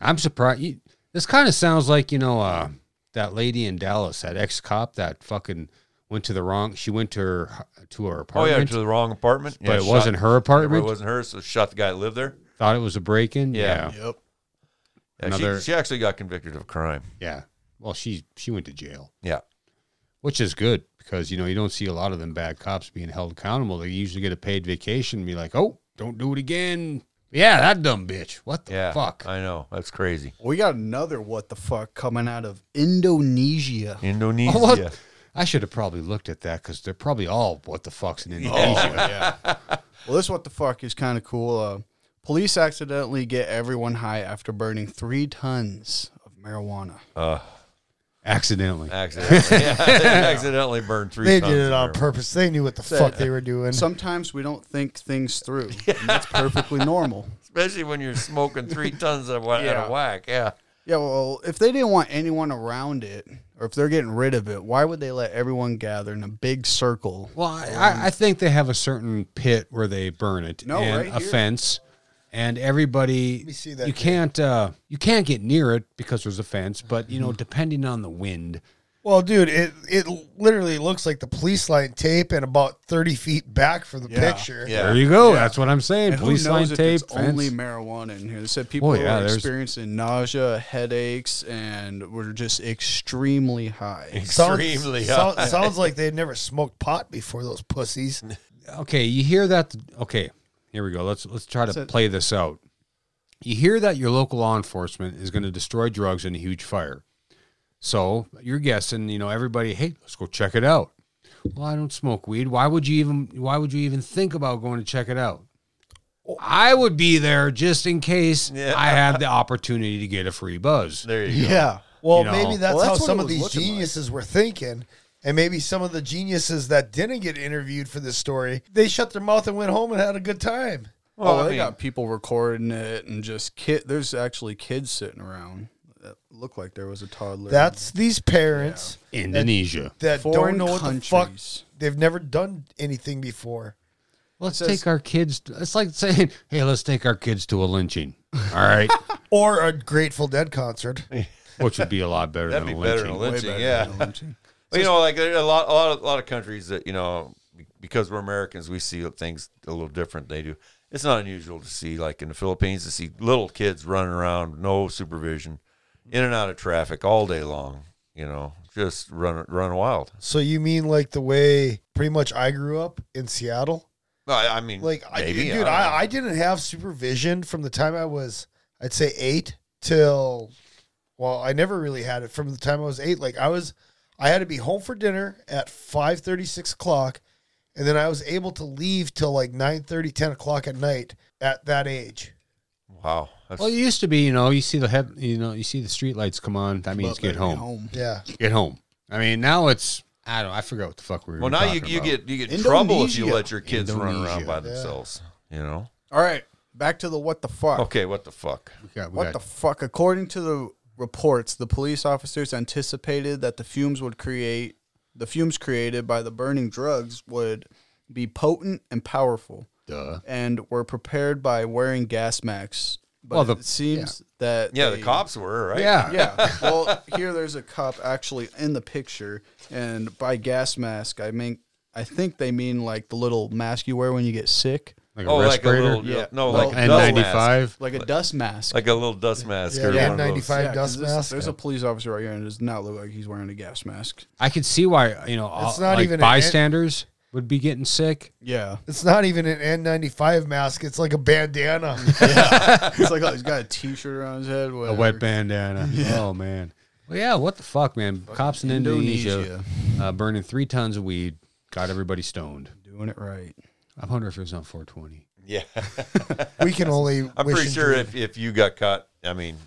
S1: I'm surprised. You, this kind of sounds like, you know, uh, that lady in Dallas, that ex cop that fucking went to the wrong, she went to her, to her
S2: Oh,
S1: apartment.
S2: yeah, to the wrong apartment.
S1: but
S2: Yeah,
S1: it
S2: shot-
S1: wasn't her apartment.
S2: It wasn't her, so shot the guy that lived there.
S1: Thought it was a break in.
S2: Yeah.
S1: yeah.
S2: Yeah,
S4: Yep.
S2: she-
S1: Another-
S2: she, actually got convicted of a crime.
S1: Yeah. Well, she, she went to jail.
S2: Yeah.
S1: which is good because you know you don't see a lot of them bad cops being held accountable. They usually get a paid vacation and be like, "Oh, don't do it again." Yeah, that dumb bitch. What the
S2: Yeah. Uh,
S1: fuck?
S2: I know. That's crazy.
S4: We got another what the fuck coming out of Indonesia.
S2: Indonesia.
S1: Oh, What? I should have probably looked at that because they're probably all what the fucks in Indonesia.
S4: Well, this what the fuck is kind of cool. Uh, police accidentally get everyone high after burning three tons of marijuana.
S1: Accidentally.
S2: Uh, Accidentally. Yeah, they accidentally burned three
S3: They
S2: tons
S3: did it
S2: of
S3: on
S2: marijuana.
S3: purpose. They knew what the
S4: Say-
S3: fuck they were doing.
S4: Sometimes we don't think things through, and that's perfectly normal.
S2: Especially when you're smoking three tons of wa- out
S4: Yeah.
S2: of whack. Yeah.
S4: Yeah, well, if they didn't want anyone around it, or if they're getting rid of it, why would they let everyone gather in a big circle?
S1: Well, I, I, I think they have a certain pit where they burn it
S4: No,
S1: and
S4: right
S1: a
S4: here.
S1: fence, and everybody.
S3: me see that
S1: You
S3: thing.
S1: can't. Uh, you can't get near it because there's a fence, but you
S2: Mm-hmm.
S1: know, depending on the wind.
S3: Well, dude, it it literally looks like the police line tape and about thirty feet back from the
S4: Yeah.
S3: picture.
S2: Yeah.
S1: There you go. That's what I'm saying.
S4: And who
S1: Police
S4: knows
S1: line
S4: if
S1: tape.
S4: it's
S1: fence.
S4: only marijuana in here. They said people
S1: Oh, yeah,
S4: are
S1: there's-
S4: experiencing nausea, headaches, and were just extremely high.
S3: Sounds-
S2: Extremely
S3: sound-
S2: high.
S3: sounds like they've never smoked pot before. Those pussies.
S1: okay, you hear that? Okay, here we go. Let's let's try to
S4: So-
S1: play this out. You hear that your local law enforcement is going to destroy drugs in a huge fire. So you're guessing, you know, everybody, hey, let's go check it out. Well, I don't smoke weed. Why would you even? Why would you even think about going to check it out? I would be there just in case
S2: Yeah.
S1: I had the opportunity to get a free buzz.
S2: There you go.
S4: Yeah.
S3: Well,
S1: You know.
S3: maybe that's,
S4: Well, that's
S3: how
S4: what
S3: some
S4: it
S3: of
S4: was
S3: these
S4: looking like.
S3: geniuses were thinking. And maybe some of the geniuses that didn't get interviewed for this story, they shut their mouth and went home and had a good time.
S2: Well,
S4: oh,
S2: I
S4: they
S2: mean,
S4: got people recording it and just kid. There's actually kids sitting around. That look like there was a toddler.
S3: That's these parents
S1: Indonesia.
S3: that
S4: Foreign
S3: don't know
S4: countries.
S3: what the fuck. They've never done anything before.
S1: Let's
S4: says-
S1: take our kids. It's like saying, hey, let's take our kids to a lynching. All right,
S3: Or a Grateful Dead concert.
S1: which would be a lot better
S2: That'd
S1: than
S2: be
S1: a
S2: better
S1: lynching.
S2: than a
S4: Way
S2: lynching.
S4: better
S2: Yeah.
S4: than a lynching.
S2: Well, you know, like there are a lot, a lot, of, a lot of countries that you know, because we're Americans, we see things a little different. than They do. It's not unusual to see, like in the Philippines, to see little kids running around, no supervision, in and out of traffic all day long. You know, just run, run wild.
S3: So you mean like the way pretty much I grew up in Seattle?
S2: I, I mean,
S3: Like, I,
S2: maybe,
S3: dude,
S2: don't know.
S3: I, I didn't have supervision from the time I was, I'd say eight till, well, I never really had it from the time I was eight. Like I was, I had to be home for dinner at five thirty, six o'clock, and then I was able to leave till like 9:30, 10 o'clock at night at that age.
S2: wow. That's,
S1: Well, it used to be, you know, you see the head, you know, you see the street lights come on. That means
S4: But
S1: get
S4: better be
S1: home.
S3: Yeah.
S1: Get home. I mean, now it's I don't. I forgot what the fuck we were.
S2: well, now you,
S1: talking
S2: you
S1: about.
S2: get you get in trouble if you
S4: Indonesia.
S2: let your kids run around
S1: Indonesia.
S2: by
S1: Yeah.
S2: themselves. You know.
S4: All right, back to the what the
S1: Oh.
S4: fuck.
S2: Okay, what the fuck?
S1: We got, we
S4: What
S1: got-
S4: the fuck? According to the reports, the police officers anticipated that the fumes would create the fumes created by the burning drugs would be potent and powerful,
S1: Duh.
S4: and were prepared by wearing gas masks. But
S1: Well, the-
S4: it seems that
S2: Yeah, the
S4: they-
S2: cops were right.
S1: Yeah.
S4: Yeah. Well, here there's a cop actually in the picture, and by gas mask I mean I think they mean like the little mask you wear when you get sick,
S1: Like a
S2: Oh, like a
S1: respirator.
S2: little
S4: Yeah.
S2: no,
S4: Well,
S2: like a dust mask.
S1: N95.
S4: like a dust mask.
S2: like a little dust mask
S3: Yeah,
S2: or
S3: yeah,
S2: one of those.
S3: 95.
S4: Yeah, 'cause
S3: dust
S4: this-
S3: mask.
S4: There's a police officer right here, and it does not look like he's wearing a gas mask.
S1: I could see why you know
S3: It's
S1: all,
S3: not
S1: like
S3: even an-
S1: bystanders would be getting sick.
S4: Yeah,
S3: It's not even an N95 mask. It's like a bandana.
S4: it's like oh, he's got a T-shirt around his head.
S1: A
S4: Whatever.
S1: wet bandana. Oh man. Well, yeah. What the fuck, man? Cops in Indonesia,
S4: Indonesia.
S1: Uh, burning three tons of weed got everybody stoned.
S4: Doing it right.
S1: I wonder if it was on 420.
S2: Yeah.
S3: We can only.
S2: I'm
S3: wish
S2: pretty
S3: and
S2: sure
S3: dream.
S2: if, if you got caught, I mean,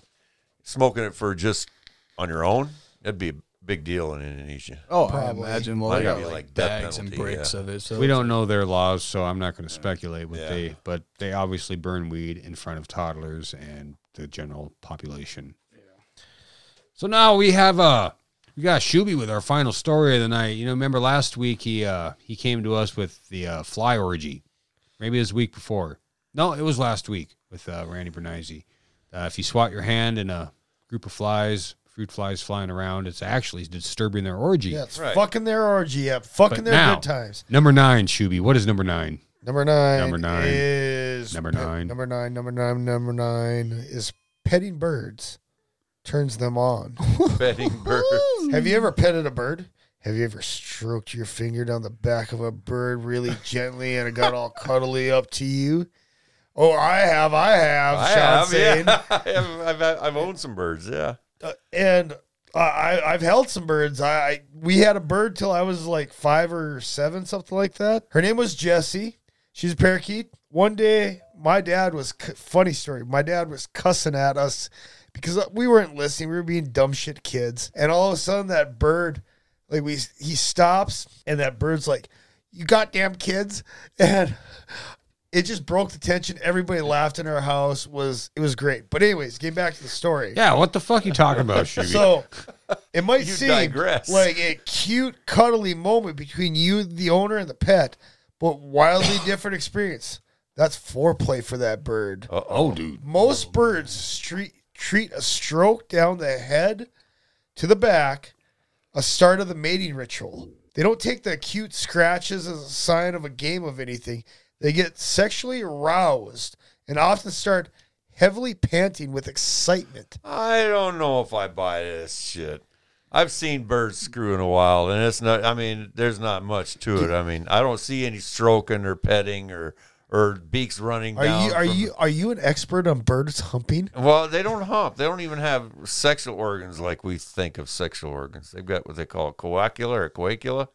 S2: smoking it for just on your own, that'd be a big deal in Indonesia.
S4: Oh, I
S3: Probably.
S4: imagine. Well,
S2: Might
S4: they got
S2: be
S4: like,
S2: like death
S4: bags and
S2: penalty,
S4: bricks
S2: yeah.
S4: of it. So
S1: We don't know their laws, so I'm not going to speculate what
S2: Yeah.
S1: they. But they obviously burn weed in front of toddlers and the general population. So now we have uh we got Shuby with our final story of the night. You know, remember last week he uh he came to us with the uh, fly orgy. Maybe it was the week before. No, it was last week with uh, Randy Bernizzi. Uh, if you swat your hand in a group of flies, fruit flies flying around, it's actually disturbing their orgy.
S3: Yeah, it's
S2: Right.
S3: fucking their orgy up. Fucking
S1: But
S3: their
S1: now-
S3: good times.
S1: Number nine, Shuby. What is number nine?
S3: Number nine.
S1: Number nine.
S3: is
S1: Number
S3: pe-
S1: nine.
S3: Number nine. Number nine. Number nine is petting birds turns them on.
S2: Betting birds.
S3: Have you ever petted a bird? Have you ever stroked your finger down the back of a bird really gently and it got all cuddly up to you? Oh, I have. I have.
S2: I
S3: Sean
S2: have,
S3: Sane.
S2: yeah. I have, I've, I've owned some birds, yeah.
S3: Uh, and I, I I've held some birds. I, I we had a bird till I was like five or seven, something like that. Her name was Jessie. She's a parakeet. One day, my dad was cu- funny story. My dad was cussing at us because we weren't listening. We were being dumb shit kids. And all of a sudden, that bird, like we, he stops, and that bird's like, "You goddamn kids!" And it just broke the tension. Everybody laughed in our house. Was it was great. But anyways, getting back to the story.
S1: Yeah, what the fuck you talking about, Shuby?
S3: So it might
S2: You
S3: seem
S2: digress.
S3: like a cute, cuddly moment between you, the owner, and the pet, but wildly different experience. That's foreplay for that bird.
S1: oh, dude.
S3: Most birds street, treat a stroke down the head to the back a start of the mating ritual. They don't take the acute scratches as a sign of a game of anything. They get sexually aroused and often start heavily panting with excitement.
S2: I don't know if I buy this shit. I've seen birds screwing a while, and it's not. I mean, there's not much to it. I mean, I don't see any stroking or petting or or beaks running
S3: Are
S2: down.
S3: you are
S2: from-
S3: you are you an expert on birds humping?
S2: Well, they don't hump. They don't even have sexual organs like we think of sexual organs. They've got what they call coacula or coacula,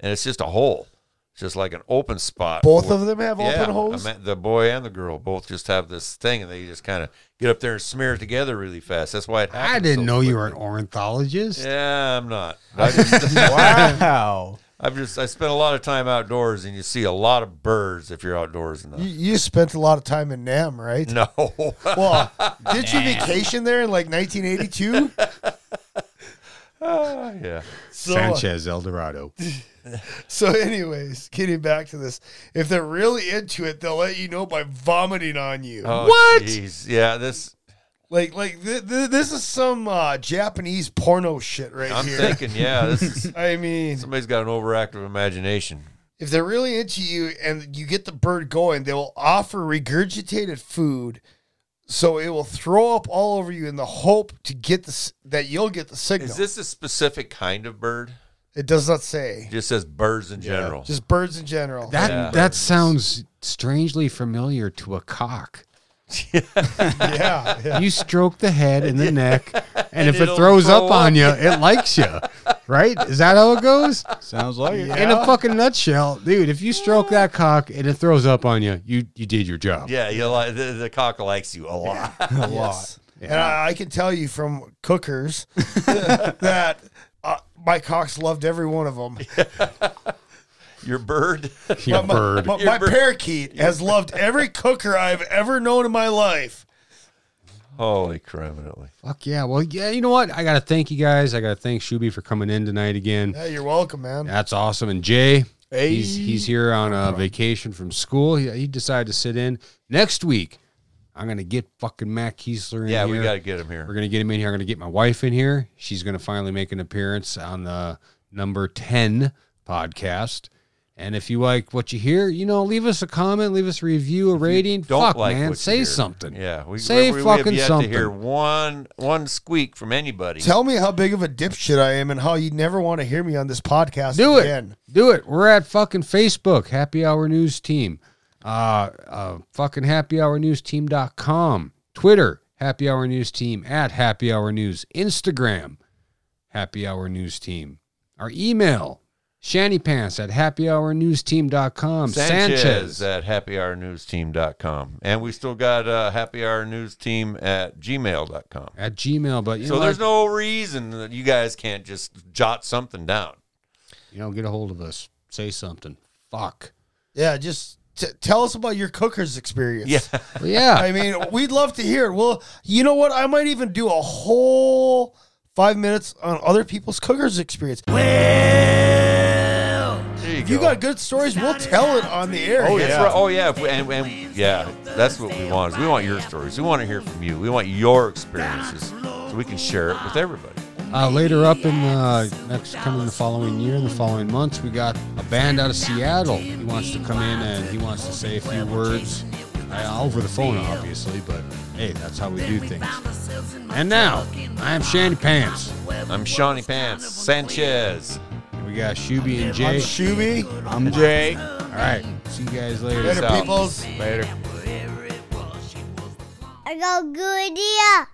S2: and it's just a hole, It's just like an open spot.
S3: Both
S2: where-
S3: of them have
S2: yeah,
S3: open holes.
S2: I mean, the boy and the girl both just have this thing, and they just kind of get up there and smear it together really fast. That's why it happens.
S1: I didn't
S2: so
S1: know you
S2: quickly.
S1: were an ornithologist.
S2: Yeah, I'm not. I just,
S4: Wow.
S2: I've just I spent a lot of time outdoors, and you see a lot of birds if you're outdoors enough.
S3: you, you spent a lot of time in Nam, right?
S2: No,
S3: Well, did you vacation there in like 1982?
S2: yeah,
S3: So,
S1: Sanchez El Dorado.
S3: so, anyways, getting back to this, if they're really into it, they'll let you know by vomiting on you.
S2: oh, what? Jeez. Yeah, this
S3: Like, like th- th- this is some uh, Japanese porno shit right
S2: I'm
S3: here.
S2: thinking. Yeah, this is
S3: I mean,
S2: Somebody's got an overactive imagination.
S3: if they're really into you and you get the bird going, they will offer regurgitated food, so it will throw up all over you in the hope to get this that you'll get the signal.
S2: Is this a specific kind of bird?
S3: it does not say.
S2: It just says birds in general.
S3: Just birds in general.
S1: That
S2: Yeah.
S1: that sounds strangely familiar to a cock.
S3: yeah, yeah.
S1: You stroke the head and the neck, and, if it
S2: it'll
S1: throws
S2: throw
S1: up on you, it likes you, right? Is that how it goes?
S4: Sounds like it.
S1: In a fucking nutshell, dude. If you stroke that cock and it throws up on you, you you did your job.
S2: yeah, you like the, the cock likes you a lot.
S4: A lot.
S3: And I, I can tell you from cookers that uh, my cocks loved every one of them.
S2: Your bird.
S1: You bird.
S3: My, my parakeet has loved every cooker I've ever known in my life.
S2: Holy criminally.
S1: Fuck yeah. Well, yeah. You know what? I gotta thank you guys. I gotta thank Shuby for coming in tonight again.
S3: Yeah, you're welcome, man.
S1: That's awesome. And Jay,
S4: Hey.
S1: he's he's here on a vacation from school. He, he decided to sit in next week. I'm gonna get fucking Matt Kiesler in.
S2: Yeah, we
S1: here.
S2: got to get him here.
S1: We're gonna get him in here. I'm gonna get my wife in here. She's gonna finally make an appearance on the number ten podcast. And if you like what you hear, you know, leave us a comment, leave us a review, a rating.
S2: Don't
S1: Fuck,
S2: like
S1: man,
S2: what you
S1: say
S2: hear.
S1: something.
S2: Yeah, we
S1: say
S2: we, we
S1: fucking
S2: have yet
S1: something.
S2: to hear one one squeak from anybody.
S3: Tell me how big of a dipshit I am and how you never want to hear me on this podcast
S1: Do it.
S3: again.
S1: Do it. We're at fucking Facebook, Happy Hour News Team. Uh, uh fucking happy hour news team.com. Twitter, Happy Hour News Team at Happy Hour News. Instagram, Happy Hour News Team. Our email, shantypants at happyhournewsteam.com.
S2: Sanchez,
S1: Sanchez.
S2: at happyhournewsteam.com. And we still got uh, happyhournewsteam at gmail.com.
S1: at Gmail, but you
S2: So
S1: know,
S2: there's
S1: what?
S2: no reason that you guys can't just jot something down.
S1: you know, get a hold of us. Say something. Fuck.
S3: Yeah, just t- tell us about your cookers experience.
S2: Yeah.
S1: Well, yeah.
S3: I mean, we'd love to hear. it. Well, you know what? I might even do a whole five minutes on other people's cookers experience.
S2: There
S3: If you got good stories, we'll tell it on the air.
S2: Oh yeah. Right. Oh yeah. If we- and, and yeah, that's what we want. Is we want your stories. We want to hear from you. We want your experiences, so we can share it with everybody.
S1: Uh, later up in uh, next coming the following year, in the following months, we got a band out of Seattle. He wants to come in and he wants to say a few words uh, over the phone, obviously. But hey, that's how we do things. And now I am Shandy Pants.
S2: I'm Shawnee Pants Sanchez.
S1: And We got Shuby and
S3: I'm
S1: Jay.
S3: Shuby.
S4: I'm Jay.
S1: All right, see you guys later.
S3: Later,
S2: out.
S3: peoples.
S4: Later.
S6: I got a good idea.